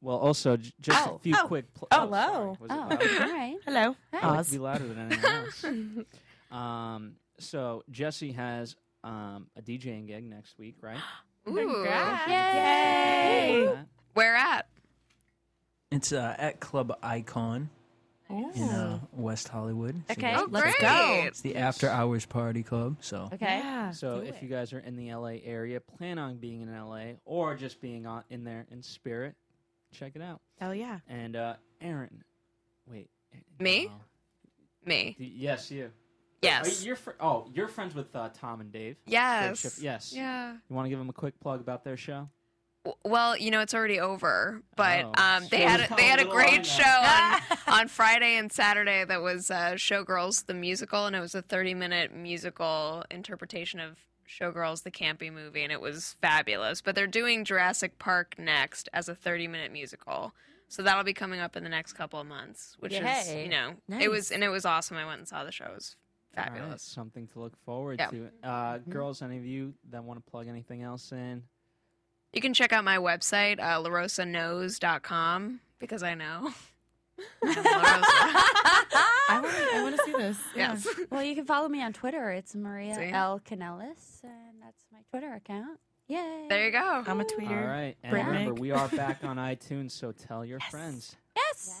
Speaker 7: Well, also j- just a few
Speaker 2: Oh.
Speaker 7: quick. Pl-
Speaker 2: Oh.
Speaker 7: sorry. Was it
Speaker 2: Oh,
Speaker 7: loud?
Speaker 2: all right.
Speaker 5: Hello.
Speaker 7: I like to be louder than anyone else. um, so Jesse has um, a DJing gig next week, right?
Speaker 4: Congrats.
Speaker 2: Yay.
Speaker 4: Where at?
Speaker 12: It's uh, at Club Icon in uh, West Hollywood. So
Speaker 2: Okay.
Speaker 12: that's-
Speaker 2: Oh, Let's great. go.
Speaker 12: It's the after hours party club. So
Speaker 2: Okay.
Speaker 5: (laughs)
Speaker 7: So
Speaker 2: Do
Speaker 7: if you guys are in the LA area, plan on being in LA or just being on, in there in spirit, check it out.
Speaker 5: Hell yeah.
Speaker 7: And uh, Aaron, wait,
Speaker 4: Me? Me.
Speaker 7: D- yes, you.
Speaker 4: Yes.
Speaker 7: Are you, are fr- oh, you're friends with uh, Tom and Dave. Great
Speaker 4: Yes.
Speaker 7: Shift- Yes.
Speaker 4: Yeah.
Speaker 7: You want to give them a quick plug about their show?
Speaker 4: W- Well, you know it's already over, but
Speaker 7: Oh.
Speaker 4: um, they
Speaker 7: So
Speaker 4: had a, they had a
Speaker 7: little
Speaker 4: great
Speaker 7: lineup.
Speaker 4: show
Speaker 7: (laughs)
Speaker 4: on, on Friday and Saturday that was uh, Showgirls the musical, and it was a thirty minute musical interpretation of Showgirls the campy movie, and it was fabulous. But they're doing Jurassic Park next as a thirty minute musical, so that'll be coming up in the next couple of months, which is
Speaker 7: Yay.
Speaker 4: you know
Speaker 7: Nice.
Speaker 4: it was and it was awesome. I went and saw the show; it was
Speaker 7: All right,
Speaker 4: fabulous.
Speaker 7: something to look forward
Speaker 4: Yeah.
Speaker 7: to. Uh, Girls, any of you that want to plug anything else in?
Speaker 4: You can check out my website, uh, larosaknows.com, because I know. (laughs)
Speaker 2: (laughs)
Speaker 5: I want to I wanna see this.
Speaker 4: Yes.
Speaker 2: Well, you can follow me on Twitter. It's Maria
Speaker 4: See?
Speaker 2: L Canellis, and that's my Twitter account. Yay!
Speaker 4: There you go.
Speaker 5: I'm a
Speaker 7: All
Speaker 5: tweeter.
Speaker 7: right. And
Speaker 5: Brit
Speaker 7: remember,
Speaker 5: Meg.
Speaker 7: we are back on iTunes, so tell your friends.
Speaker 2: Yes.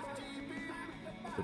Speaker 13: The